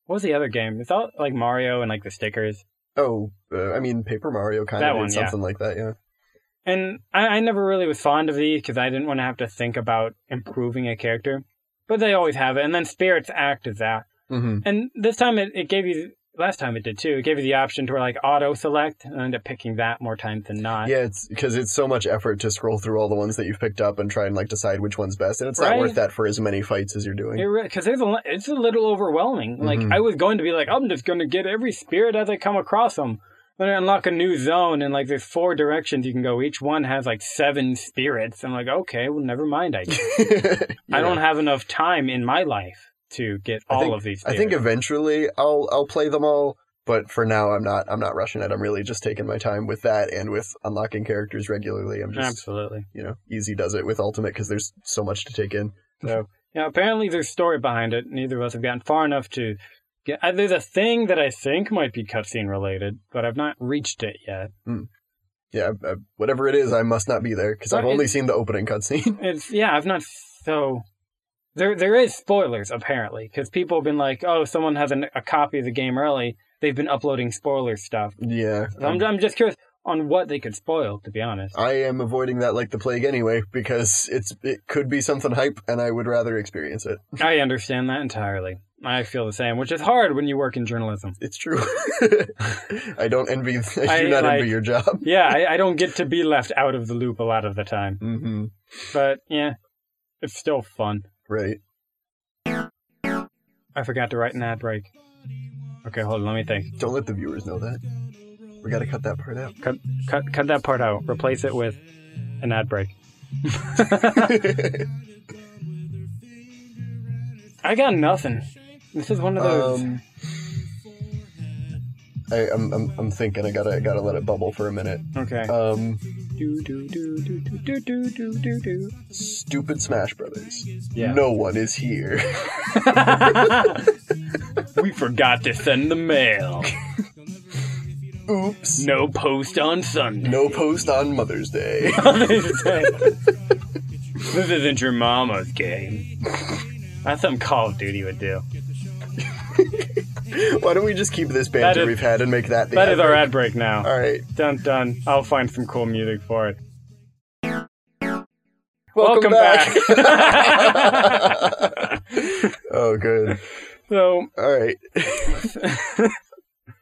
A: what was the other game? It's all like Mario and like the stickers.
B: Oh, uh, I mean, Paper Mario kind
A: That
B: of
A: one,
B: did
A: yeah.
B: something like that, yeah.
A: And I, I never really was fond of these because I didn't want to have to think about improving a character. But they always have it, and then spirits act as that.
B: Mm-hmm.
A: And this time it, it gave you last time it did too. It gave you the option to like auto select and I ended up picking that more times than not.
B: Yeah, it's because it's so much effort to scroll through all the ones that you've picked up and try and like decide which one's best, and it's
A: Right.
B: not worth that for as many fights as you're doing.
A: because there's a li- it's a little overwhelming. Like
B: Mhm.
A: I was going to be like, I'm just going to get every spirit as I come across them. Then I unlock a new zone, and like there's four directions you can go. Each one has like seven spirits. I'm like, okay, well, never mind. I guess. I
B: Yeah.
A: don't have enough time in my life to get
B: I
A: all
B: think-
A: of these.
B: I
A: Spirits.
B: think eventually I'll I'll play them all, but for now I'm not I'm not rushing it. I'm really just taking my time with that and with unlocking characters regularly. I'm just
A: absolutely.
B: you know easy does it with Ultimate because there's so much to take in.
A: So yeah, apparently there's story behind it. Neither of us have gotten far enough to Yeah, uh, there's a thing that I think might be cutscene related, but I've not reached it yet.
B: Yeah, uh, whatever it is, I must not be there because I've
A: But
B: only
A: it-
B: seen the opening cutscene.
A: It's yeah, I've not so. There, there is spoilers apparently because people have been like, oh, someone has an, a copy of the game early. They've been uploading spoiler stuff.
B: yeah,
A: So I'm, I'm just curious on what they could spoil, to be honest.
B: I am avoiding that like the plague anyway because it's it could be something hype, and I would rather experience it.
A: I understand that entirely. I feel the same, which is hard when you work in journalism.
B: It's true. I don't envy. I do
A: I,
B: not
A: like-
B: envy your job.
A: Yeah, I, I don't get to be left out of the loop a lot of the time,
B: hmm
A: but yeah, it's still fun.
B: Right.
A: I forgot to write an ad break. Okay, hold on, let me think.
B: Don't let the viewers know that. We gotta cut that part out.
A: Cut, cut, cut that part out. Replace it with an ad break. I got nothing. This is one of those.
B: um, I, I'm, I'm I'm thinking. I gotta I gotta let it bubble for a minute.
A: okay.
B: Um,
A: do, do, do, do, do, do, do, do, do, do.
B: stupid Smash Brothers.
A: Yeah.
B: No one is here.
A: we forgot to send the mail.
B: Oops.
A: No post on Sunday.
B: No post on Mother's Day.
A: this isn't your mama's game. That's something Call of Duty would do.
B: Why don't we just keep this
A: That
B: banter
A: is-
B: we've had and make that the
A: That is our
B: outro?
A: ad break now.
B: All right.
A: Dun dun. I'll find some cool music for it. Welcome
B: Welcome, back. oh, good.
A: So,
B: All right.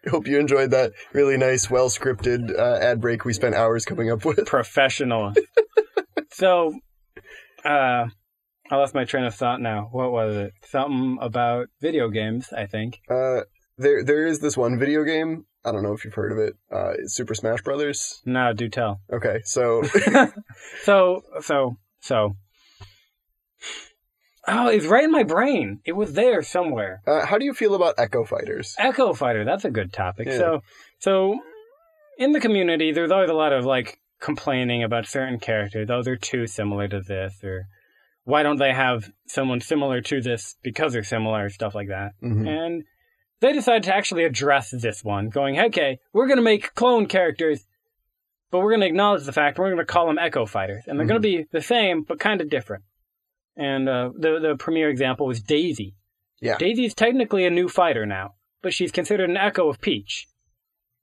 B: Hope you enjoyed that really nice, well scripted uh, ad break we spent hours coming up with.
A: professional. so, uh, I lost my train of thought now. What was it? Something about video games, I think.
B: Uh, there, there is this one video game. I don't know if you've heard of it. Uh, it's Super Smash Brothers.
A: No, do tell.
B: Okay, so
A: So, so, so. Oh, it's right in my brain. It was there somewhere.
B: uh, how do you feel about Echo Fighters?
A: Echo Fighter, that's a good topic.
B: Yeah.
A: So, so in the community, there's always a lot of like complaining about certain characters. Oh, they're too similar to this, or why don't they have someone similar to this because they're similar, stuff like that.
B: Mhm.
A: And they decided to actually address this one, going, "Hey, okay, we're going to make clone characters, but we're going to acknowledge the fact we're going to call them Echo Fighters, and they're
B: Hmm.
A: going to be the same but kind of different." And uh, the the premier example was Daisy.
B: Yeah.
A: Daisy's technically a new fighter now, but she's considered an echo of Peach.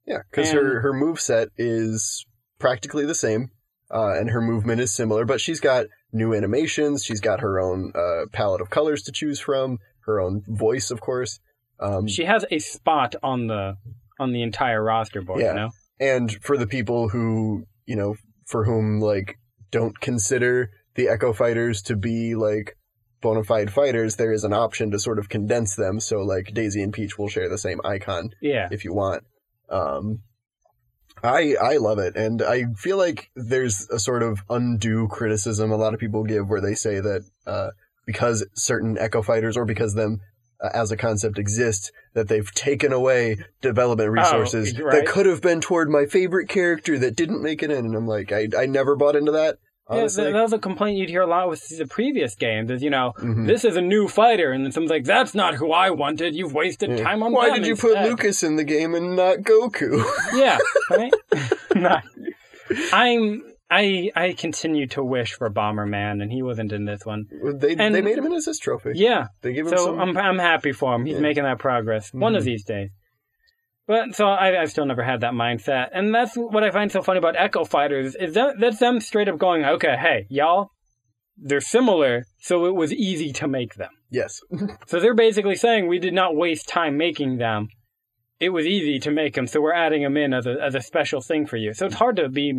B: Yeah, because
A: And-
B: her her move set is practically the same, uh, and her movement is similar, but she's got new animations. She's got her own uh, palette of colors to choose from. Her own voice, of course. Um,
A: She has a spot on the on the entire roster board,
B: Yeah.
A: you know.
B: and for the people who you know for whom like don't consider the Echo Fighters to be like bona fide fighters, there is an option to sort of condense them. So like Daisy and Peach will share the same icon.
A: Yeah.
B: if you want. Um, I I love it, and I feel like there's a sort of undue criticism a lot of people give where they say that uh, because certain Echo Fighters or because them uh, as a concept exist, that they've taken away development resources
A: Oh, you're right.
B: that could have been toward my favorite character that didn't make it in, and I'm like, I I never bought into that. Honestly,
A: Yeah, that, that was a complaint you'd hear a lot with the previous game. That you know,
B: Mhm.
A: this is a new fighter, and then someone's like, "That's not who I wanted. You've wasted
B: Yeah.
A: time on
B: Why
A: them
B: did you put
A: instead."
B: Lucas in the game and not Goku?
A: yeah, right. Nah. I'm I I continue to wish for Bomberman, and he wasn't in this one.
B: they
A: And-
B: they made him an assist trophy.
A: Yeah,
B: They gave
A: so
B: him
A: um,
B: some.
A: I'm I'm happy for him. He's
B: Yeah.
A: making that progress one of these days. But so I, I've still never had that mindset, and that's what I find so funny about Echo Fighters is that that's them straight up going, okay, hey, y'all, they're similar, so it was easy to make them.
B: yes.
A: So they're basically saying we did not waste time making them. It was easy to make them, so we're adding them in as a as a special thing for you. So it's hard to be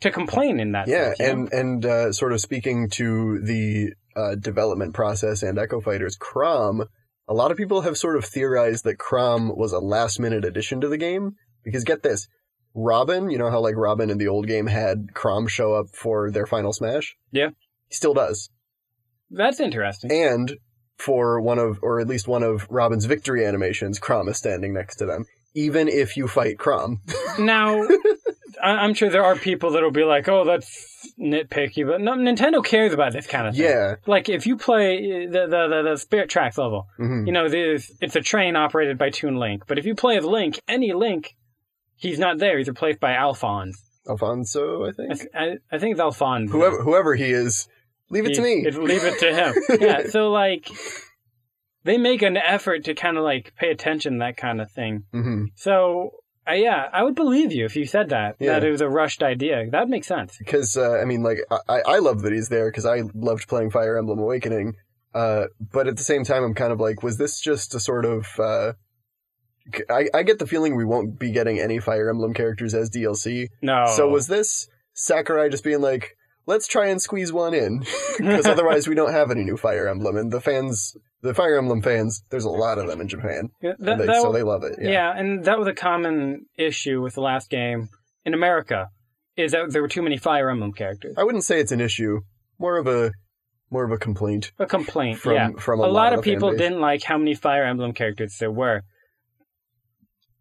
A: to complain in that.
B: yeah
A: sense, you know?
B: and and uh, sort of speaking to the uh, development process and echo fighters crom a lot of people have sort of theorized that crom was a last minute addition to the game because get this robin you know how like robin in the old game had crom show up for their final smash
A: Yeah.
B: he still does
A: that's interesting.
B: and for one of or at least one of robin's victory animations crom is standing next to them even if you fight crom
A: now, I- I'm sure there are people that'll be like, "Oh, that's nitpicky," but no, Nintendo cares about this kind of thing.
B: Yeah.
A: Like if you play eh, the the the, the Spirit Tracks level,
B: mhm.
A: you know, there's it's a train operated by Toon Link. But if you play as Link, any Link, he's not there. He's replaced by Alphonse.
B: Alfonso, I
A: I,
B: think.
A: I, I think it's Alphonse.
B: Whoever whoever he is, leave it to
A: He-
B: me.
A: it- leave it to him. yeah. So like, they make an effort to kind of like pay attention to that kind of thing.
B: hmm
A: So uh, yeah, I would believe you if you said that
B: Yeah.
A: that it was a rushed idea. That makes sense.
B: Because uh, I mean, like I- I, I love that he's there because I loved playing Fire Emblem Awakening. Uh, but at the same time, I'm kind of like, was this just a sort of? Uh, c- I I get the feeling we won't be getting any Fire Emblem characters as DLC.
A: No.
B: So was this Sakurai just being like, let's try and squeeze one in because otherwise we don't have any new Fire Emblem, and the fans, the Fire Emblem fans, there's a lot of them in Japan,
A: Yeah, that-
B: and they,
A: that-
B: so they love it.
A: yeah. and that was a common issue with the last game in America, is that there were too many Fire Emblem characters.
B: I wouldn't say it's an issue. More of a more of a complaint
A: A complaint,
B: from
A: yeah.
B: from
A: A,
B: a,
A: lot, of
B: the fan
A: people
B: base.
A: didn't like how many Fire Emblem characters there were,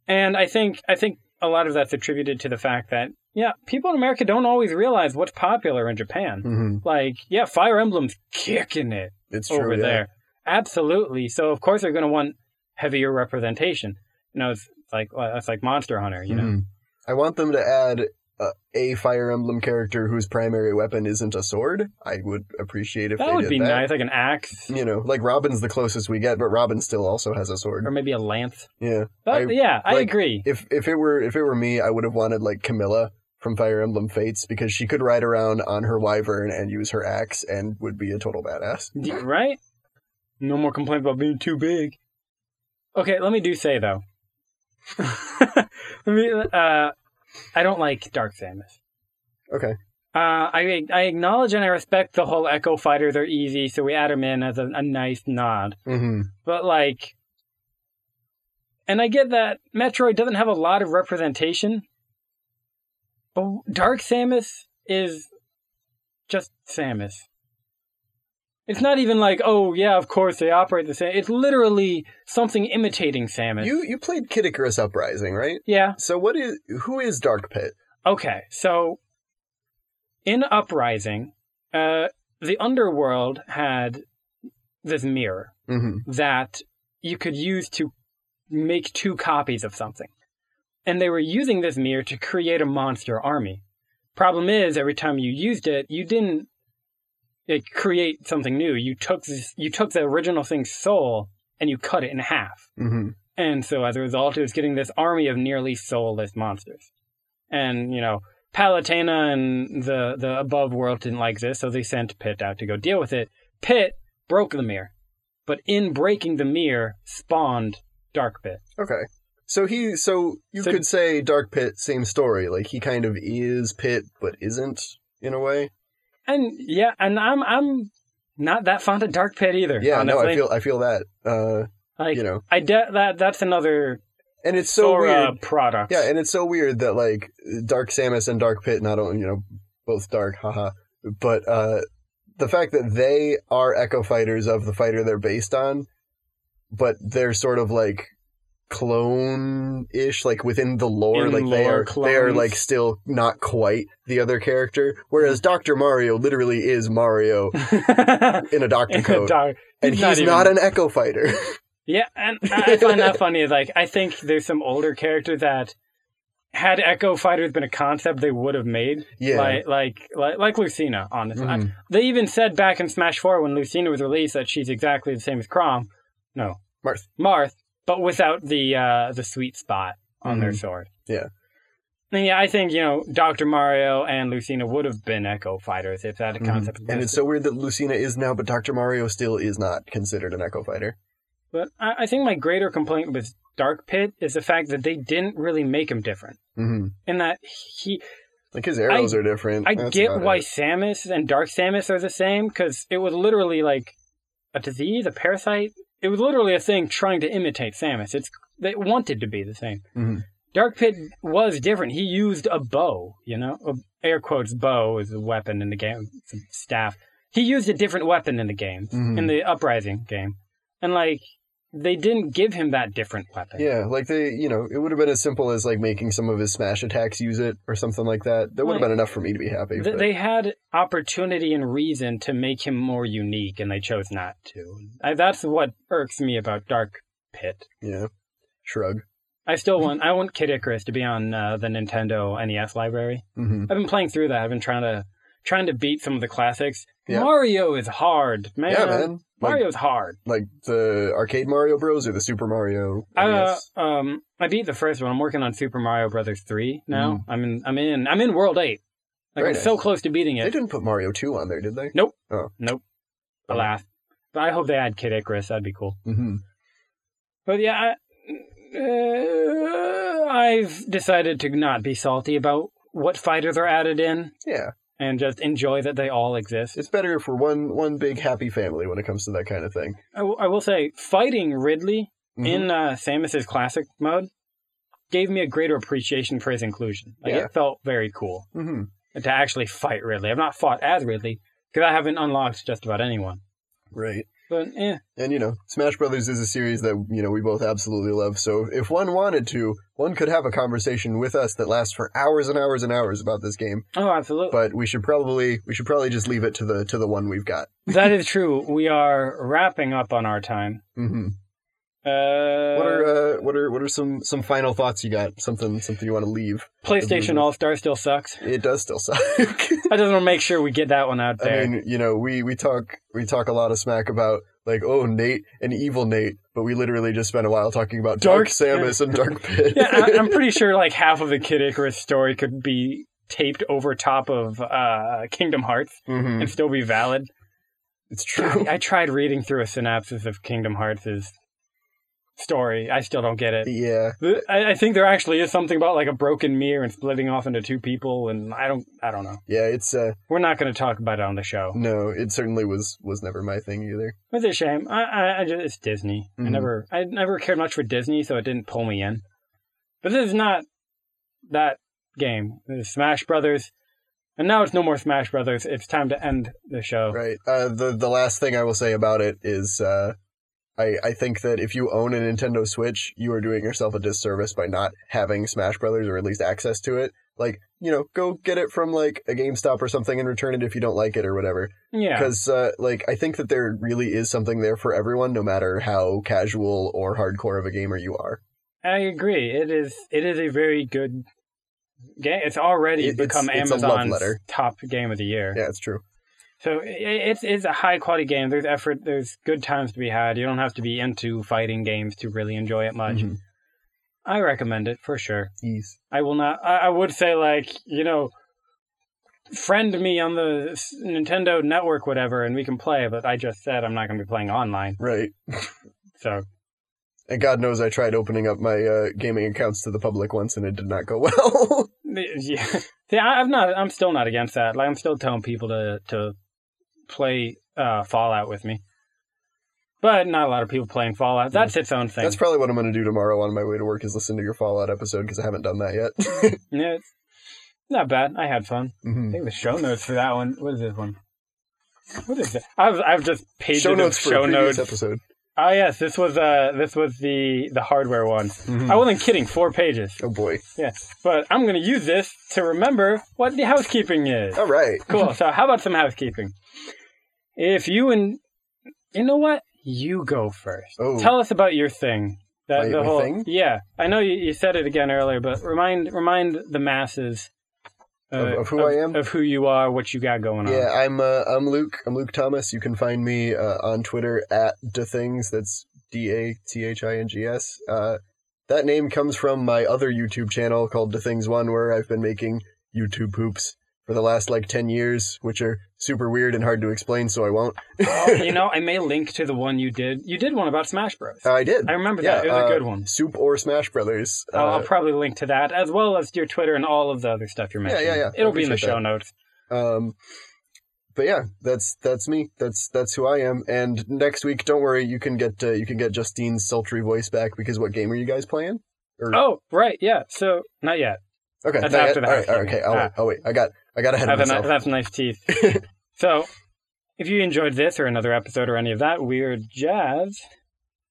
A: and I think I think a lot of that's attributed to the fact that yeah, people in America don't always realize what's popular in Japan.
B: Mhm.
A: Like yeah, Fire Emblem's kicking it.
B: It's true.
A: over
B: yeah.
A: there. Absolutely. So of course they're going to want heavier representation. You know, it's like well, it's like Monster Hunter. You know,
B: Mhm. I want them to add uh, a Fire Emblem character whose primary weapon isn't a sword. I would appreciate if
A: that
B: they
A: would
B: did
A: be
B: that.
A: nice, like an axe
B: You know, like Robin's the closest we get, but Robin still also has a sword.
A: or maybe a lance.
B: Yeah.
A: But,
B: I-
A: yeah, I
B: like-
A: agree.
B: If if it were if it were me, I would have wanted like Camilla from Fire Emblem Fates because she could ride around on her wyvern and use her axe and would be a total badass.
A: D- Right? No more complaints about being too big. Okay, let me do say though. let me, uh, I don't like Dark Samus.
B: Okay.
A: Uh, I I acknowledge and I respect the whole Echo Fighters are easy, so we add them in as a, a nice nod.
B: Mm-hmm.
A: but like and i get that metroid doesn't have a lot of representation but dark samus is just samus it's not even like oh yeah of course they operate the same it's literally something imitating samus
B: You you played Kid Icarus Uprising, right?
A: yeah
B: So what is who is Dark Pit?
A: okay so in uprising uh the underworld had this mirror
B: Mm-hmm.
A: that you could use to make two copies of something. And they were using this mirror to create a monster army. Problem is, every time you used it, you didn't like, create something new. You took this, you took the original thing's soul and you cut it in half.
B: Mm-hmm.
A: And so as a result, it was getting this army of nearly soulless monsters. And, you know, Palutena and the, the above world didn't like this, so they sent Pitt out to go deal with it. Pitt broke the mirror, but in breaking the mirror spawned Dark Pit.
B: Okay. So he so you
A: So-
B: could say Dark Pit same story. Like he kind of is Pit but isn't in a way.
A: And yeah, and I'm I'm not that fond of Dark Pit either.
B: Yeah, no, I
A: honestly.
B: feel I feel that. Uh
A: like
B: you know.
A: I de- that that's another
B: And it's so
A: Sora
B: weird.
A: product.
B: Yeah, and it's so weird that like Dark Samus and Dark Pit not only, you know, both dark, haha, but uh the fact that they are echo fighters of the fighter they're based on, but they're sort of like clone ish, like within the lore,
A: In
B: like they
A: lore
B: are they are
A: clones.
B: like still not quite the other character. Whereas
A: Hmm.
B: Doctor Mario literally is Mario in a doctor coat.
A: Dark-
B: and he's not,
A: even-
B: an echo fighter.
A: Yeah, and I I find that funny. Like, I think there's some older character that had Echo Fighters been a concept, they would have made.
B: yeah.
A: Like, like, like, like Lucina. Honestly, I-
B: Mhm.
A: they even said back in Smash Four when Lucina was released that she's exactly the same as Crom. No,
B: Marth.
A: Marth, but without the uh, the sweet spot on their
B: Mhm.
A: sword.
B: Yeah.
A: And yeah, I think you know Doctor Mario and Lucina would have been Echo Fighters if that
B: Mhm.
A: concept.
B: And it's
A: existed.
B: so weird that Lucina is now, but Dr. Mario still is not considered an Echo Fighter.
A: But I, I think my greater complaint with Dark Pit is the fact that they didn't really make him different.
B: Mm-hmm.
A: in that he
B: Like his arrows are different.
A: I
B: That's
A: get
B: about
A: why
B: it.
A: Samus and Dark Samus are the same because it was literally like a disease, a parasite. It was literally a thing trying to imitate Samus. It's they wanted to be the same.
B: Mhm.
A: Dark Pit was different. He used a bow, you know, A- air quotes bow is a weapon in the game, it's a staff. He used a different weapon in the game,
B: Mhm.
A: in the Uprising game, and like they didn't give him that different weapon.
B: Yeah, like they, you know, it would have been as simple as like making some of his smash attacks use it or something like that. That would have
A: Right.
B: been enough for me to be happy.
A: Th-
B: but-
A: they had opportunity and reason to make him more unique, and they chose not to. I, that's what irks me about Dark Pit.
B: yeah, shrug.
A: I still want I want Kid Icarus to be on uh, the Nintendo NES library.
B: hmm
A: I've been playing through that. I've been trying to trying to beat some of the classics.
B: Yeah.
A: Mario is hard, man.
B: Yeah, man. Like,
A: Mario's hard.
B: like the arcade Mario Bros or the Super Mario.
A: Uh,
B: NES?
A: um, I beat the first one. I'm working on Super Mario Brothers three now.
B: Mm.
A: I'm in. I'm in. I'm in World Eight. Like
B: Very
A: I'm
B: nice.
A: so close to beating
B: They
A: it.
B: didn't put Mario Two on there, did they? Oh.
A: Alas, but I hope they add Kid Icarus. That'd be cool.
B: Mm-hmm.
A: But yeah, I, uh, I've decided to not be salty about what fighters are added in
B: Yeah,
A: and just enjoy that they all exist.
B: it's better for one one big happy family when it comes to that kind of thing.
A: I, w- I will say, fighting Ridley
B: Mhm.
A: in uh, Samus's classic mode gave me a greater appreciation for his inclusion. Like
B: Yeah.
A: it felt very cool
B: Mhm.
A: to actually fight Ridley. I've not fought as Ridley because I haven't unlocked just about anyone.
B: Right.
A: But eh,
B: And you know, Smash Brothers is a series that you know we both absolutely love. So if one wanted to, one could have a conversation with us that lasts for hours and hours and hours about this game.
A: oh, absolutely,
B: But we should probably we should probably just leave it to the to the one we've got.
A: that is true. We are wrapping up on our time.
B: hmm
A: Uh,
B: what are uh, what are what are some some final thoughts you got? Something something you want to leave?
A: PlayStation All Star still sucks.
B: It does still suck.
A: I just want to make sure we get that one out
B: I
A: there.
B: mean, you know, we we talk we talk a lot of smack about like oh Nate and evil Nate, but we literally just spent a while talking about
A: Dark-
B: Dark, Samus and Dark Pit.
A: yeah, I, I'm pretty sure like half of the Kid Icarus story could be taped over top of uh, Kingdom Hearts
B: Mhm.
A: and still be valid.
B: It's true.
A: I tried reading through a synopsis of Kingdom Hearts' story. I still don't get it.
B: Yeah.
A: The- I, I think there actually is something about like a broken mirror and splitting off into two people, and I don't, I don't know.
B: Yeah, it's uh
A: We're not going to talk about it on the show.
B: no, it certainly was was never my thing either.
A: It's a shame. I, I, I just, it's Disney. I
B: Mhm.
A: never, I never cared much for Disney, so it didn't pull me in. But this is not that game. This is Smash Brothers, and now it's no more Smash Brothers. It's time to end the show.
B: Right. Uh the the last thing I will say about it is uh I, I think that if you own a Nintendo Switch, you are doing yourself a disservice by not having Smash Brothers or at least access to it. Like, you know, go get it from like a GameStop or something and return it if you don't like it or whatever.
A: Yeah,
B: because uh, like I think that there really is something there for everyone, no matter how casual or hardcore of a gamer you are.
A: I agree. It is, it is a very good game. It's already
B: It- it's-
A: become
B: it's a love
A: Amazon's
B: letter.
A: top game of the year.
B: Yeah, it's true.
A: So i- i- it's it's a high quality game. There's effort. There's good times to be had. You don't have to be into fighting games to really enjoy it much.
B: Mhm.
A: I recommend it for sure.
B: Yes.
A: I will not. I, I would say like you know, friend me on the s- Nintendo Network, whatever, and we can play. But I just said I'm not going to be playing online.
B: Right.
A: So
B: And God knows I tried opening up my uh, gaming accounts to the public once, and it did not go well.
A: yeah, yeah. I- I'm not. I'm still not against that. Like I'm still telling people to to play uh, Fallout with me. But not a lot of people playing Fallout. That's its own thing.
B: That's probably what I'm going to do tomorrow on my way to work is listen to your Fallout episode because I haven't done that yet.
A: yeah, it's not bad. I had fun. I
B: Mhm.
A: think the show notes for that one. What is this one? What is that? I've I've just pages
B: Show notes
A: of
B: for
A: show
B: a previous
A: notes.
B: episode.
A: Oh yes, this was uh this was the the hardware one. I wasn't kidding, four pages.
B: Oh boy!
A: But I'm gonna use this to remember what the housekeeping is.
B: All right.
A: Cool. So how about some housekeeping? If you and you know what, you go first.
B: Oh.
A: Tell us about your thing. That
B: My-
A: the
B: my
A: whole
B: thing?
A: yeah. I know you, you said it again earlier, but remind remind the masses uh,
B: Of- of who I am?
A: of who you are, what you got going on.
B: Yeah, I'm uh, I'm Luke. I'm Luke Thomas. You can find me uh, on Twitter at dathings. That's D A T H I N G S. Uh, that name comes from my other YouTube channel called Dathings One, where I've been making YouTube poops for the last like ten years, which are super weird and hard to explain, so I won't.
A: Oh, you know, I may link to the one you did. You did one about Smash Bros.
B: I did
A: I remember that. It
B: Uh, yeah,
A: was
B: uh,
A: a good one.
B: soup or Smash Brothers.
A: I'll, I'll
B: Uh,
A: probably link to that as well as your Twitter and all of the other stuff you're
B: Yeah, yeah,
A: mentioning.
B: yeah.
A: It'll be in the
B: Appreciate
A: show
B: that.
A: notes.
B: um, but yeah, that's that's me. That's that's who I am. And next week, don't worry, you can get uh, you can get Justine's sultry voice back because what game are you guys playing? Or-
A: Oh, right. Yeah. So, not yet.
B: Okay,
A: That's
B: not
A: after the
B: yet?
A: Ah.
B: All right, all right, okay.
A: housekeeping.
B: I'll, wait, I'll wait. I got I got ahead of
A: That's a, ni-
B: myself.
A: that's nice teeth. so, if you enjoyed this or another episode or any of that weird jazz,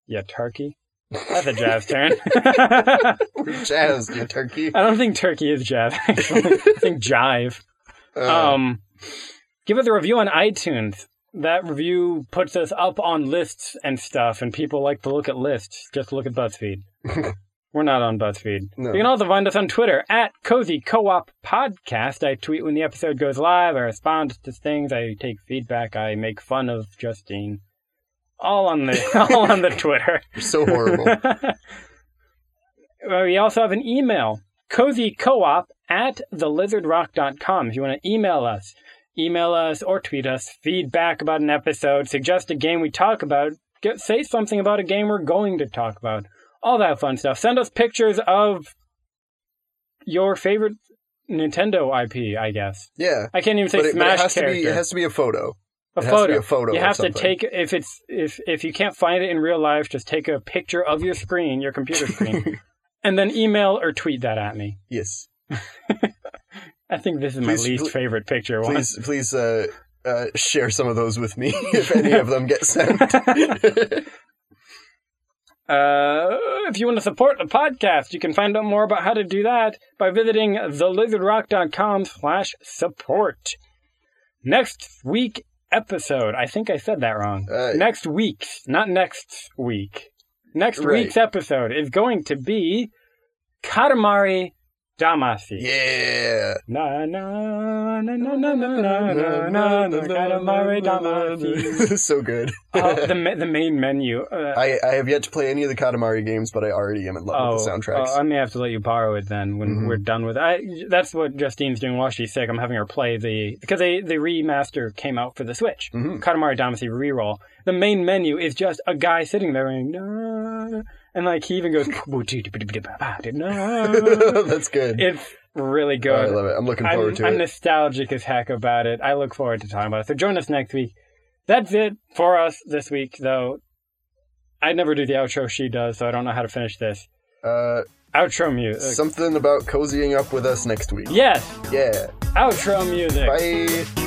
A: Yeah, turkey. That's a jazz turn.
B: We're jazzed, you turkey.
A: I don't think turkey is jazz. Actually. I think jive.
B: Uh,
A: um, give us a review on iTunes. That review puts us up on lists and stuff, and people like to look at lists. Just look at BuzzFeed. We're not on BuzzFeed.
B: No.
A: You can also find us on Twitter at Cozy Co-op Podcast. I tweet when the episode goes live. I respond to things. I take feedback. I make fun of Justine. All on the all on the Twitter.
B: You're so horrible.
A: Well, we also have an email, cozycoop at thelizardrock.com. If you want to email us, email us or tweet us feedback about an episode, suggest a game we talk about, get, say something about a game we're going to talk about, all that fun stuff. Send us pictures of your favorite Nintendo IP, I guess.
B: Yeah.
A: I can't even say
B: But it, but
A: Smash
B: it has
A: character.
B: to be it has to be a photo.
A: a
B: it has
A: photo.
B: to be a photo.
A: You
B: of
A: have to
B: something.
A: take if it's if if you can't find it in real life, just take a picture of your screen, your computer screen, and then email or tweet that at me.
B: Yes.
A: I think this is
B: Please-
A: my least
B: pl-
A: favorite picture one.
B: Please please uh, uh, share some of those with me if any of them get sent.
A: Uh, if you want to support the podcast, you can find out more about how to do that by visiting thelizardrock.com slash support. Next week episode. I think I said that wrong.
B: Uh,
A: next week's, not next week. Next
B: Right.
A: week's episode is going to be Katamari Damacy.
B: yeah.
A: Na na na na na na na na na na Katamari Damacy.
B: so good.
A: Uh, the ma- the main menu. Uh,
B: I, I have yet to play any of the Katamari games, but I already am in love with the soundtracks.
A: oh, I may have to let you borrow it then when
B: Mhm.
A: we're done with. I that's what Justine's doing while she's sick. I'm having her play the because they the remaster came out for the Switch.
B: Mhm.
A: Katamari Damacy reroll. The main menu is just a guy sitting there and "Nah," and like he even goes. "Nah."
B: That's good.
A: it's really
B: Oh, I
A: good.
B: love it. I'm looking
A: I'm,
B: forward to
A: I'm
B: it.
A: nostalgic as heck about it. I look forward to talking about it. So join us next week. That's it for us this week, though. I never do the outro. She does, so I don't know how to finish this.
B: uh,
A: Outro music.
B: something about cozying up with us next week.
A: yes,
B: Yeah.
A: outro music.
B: Bye.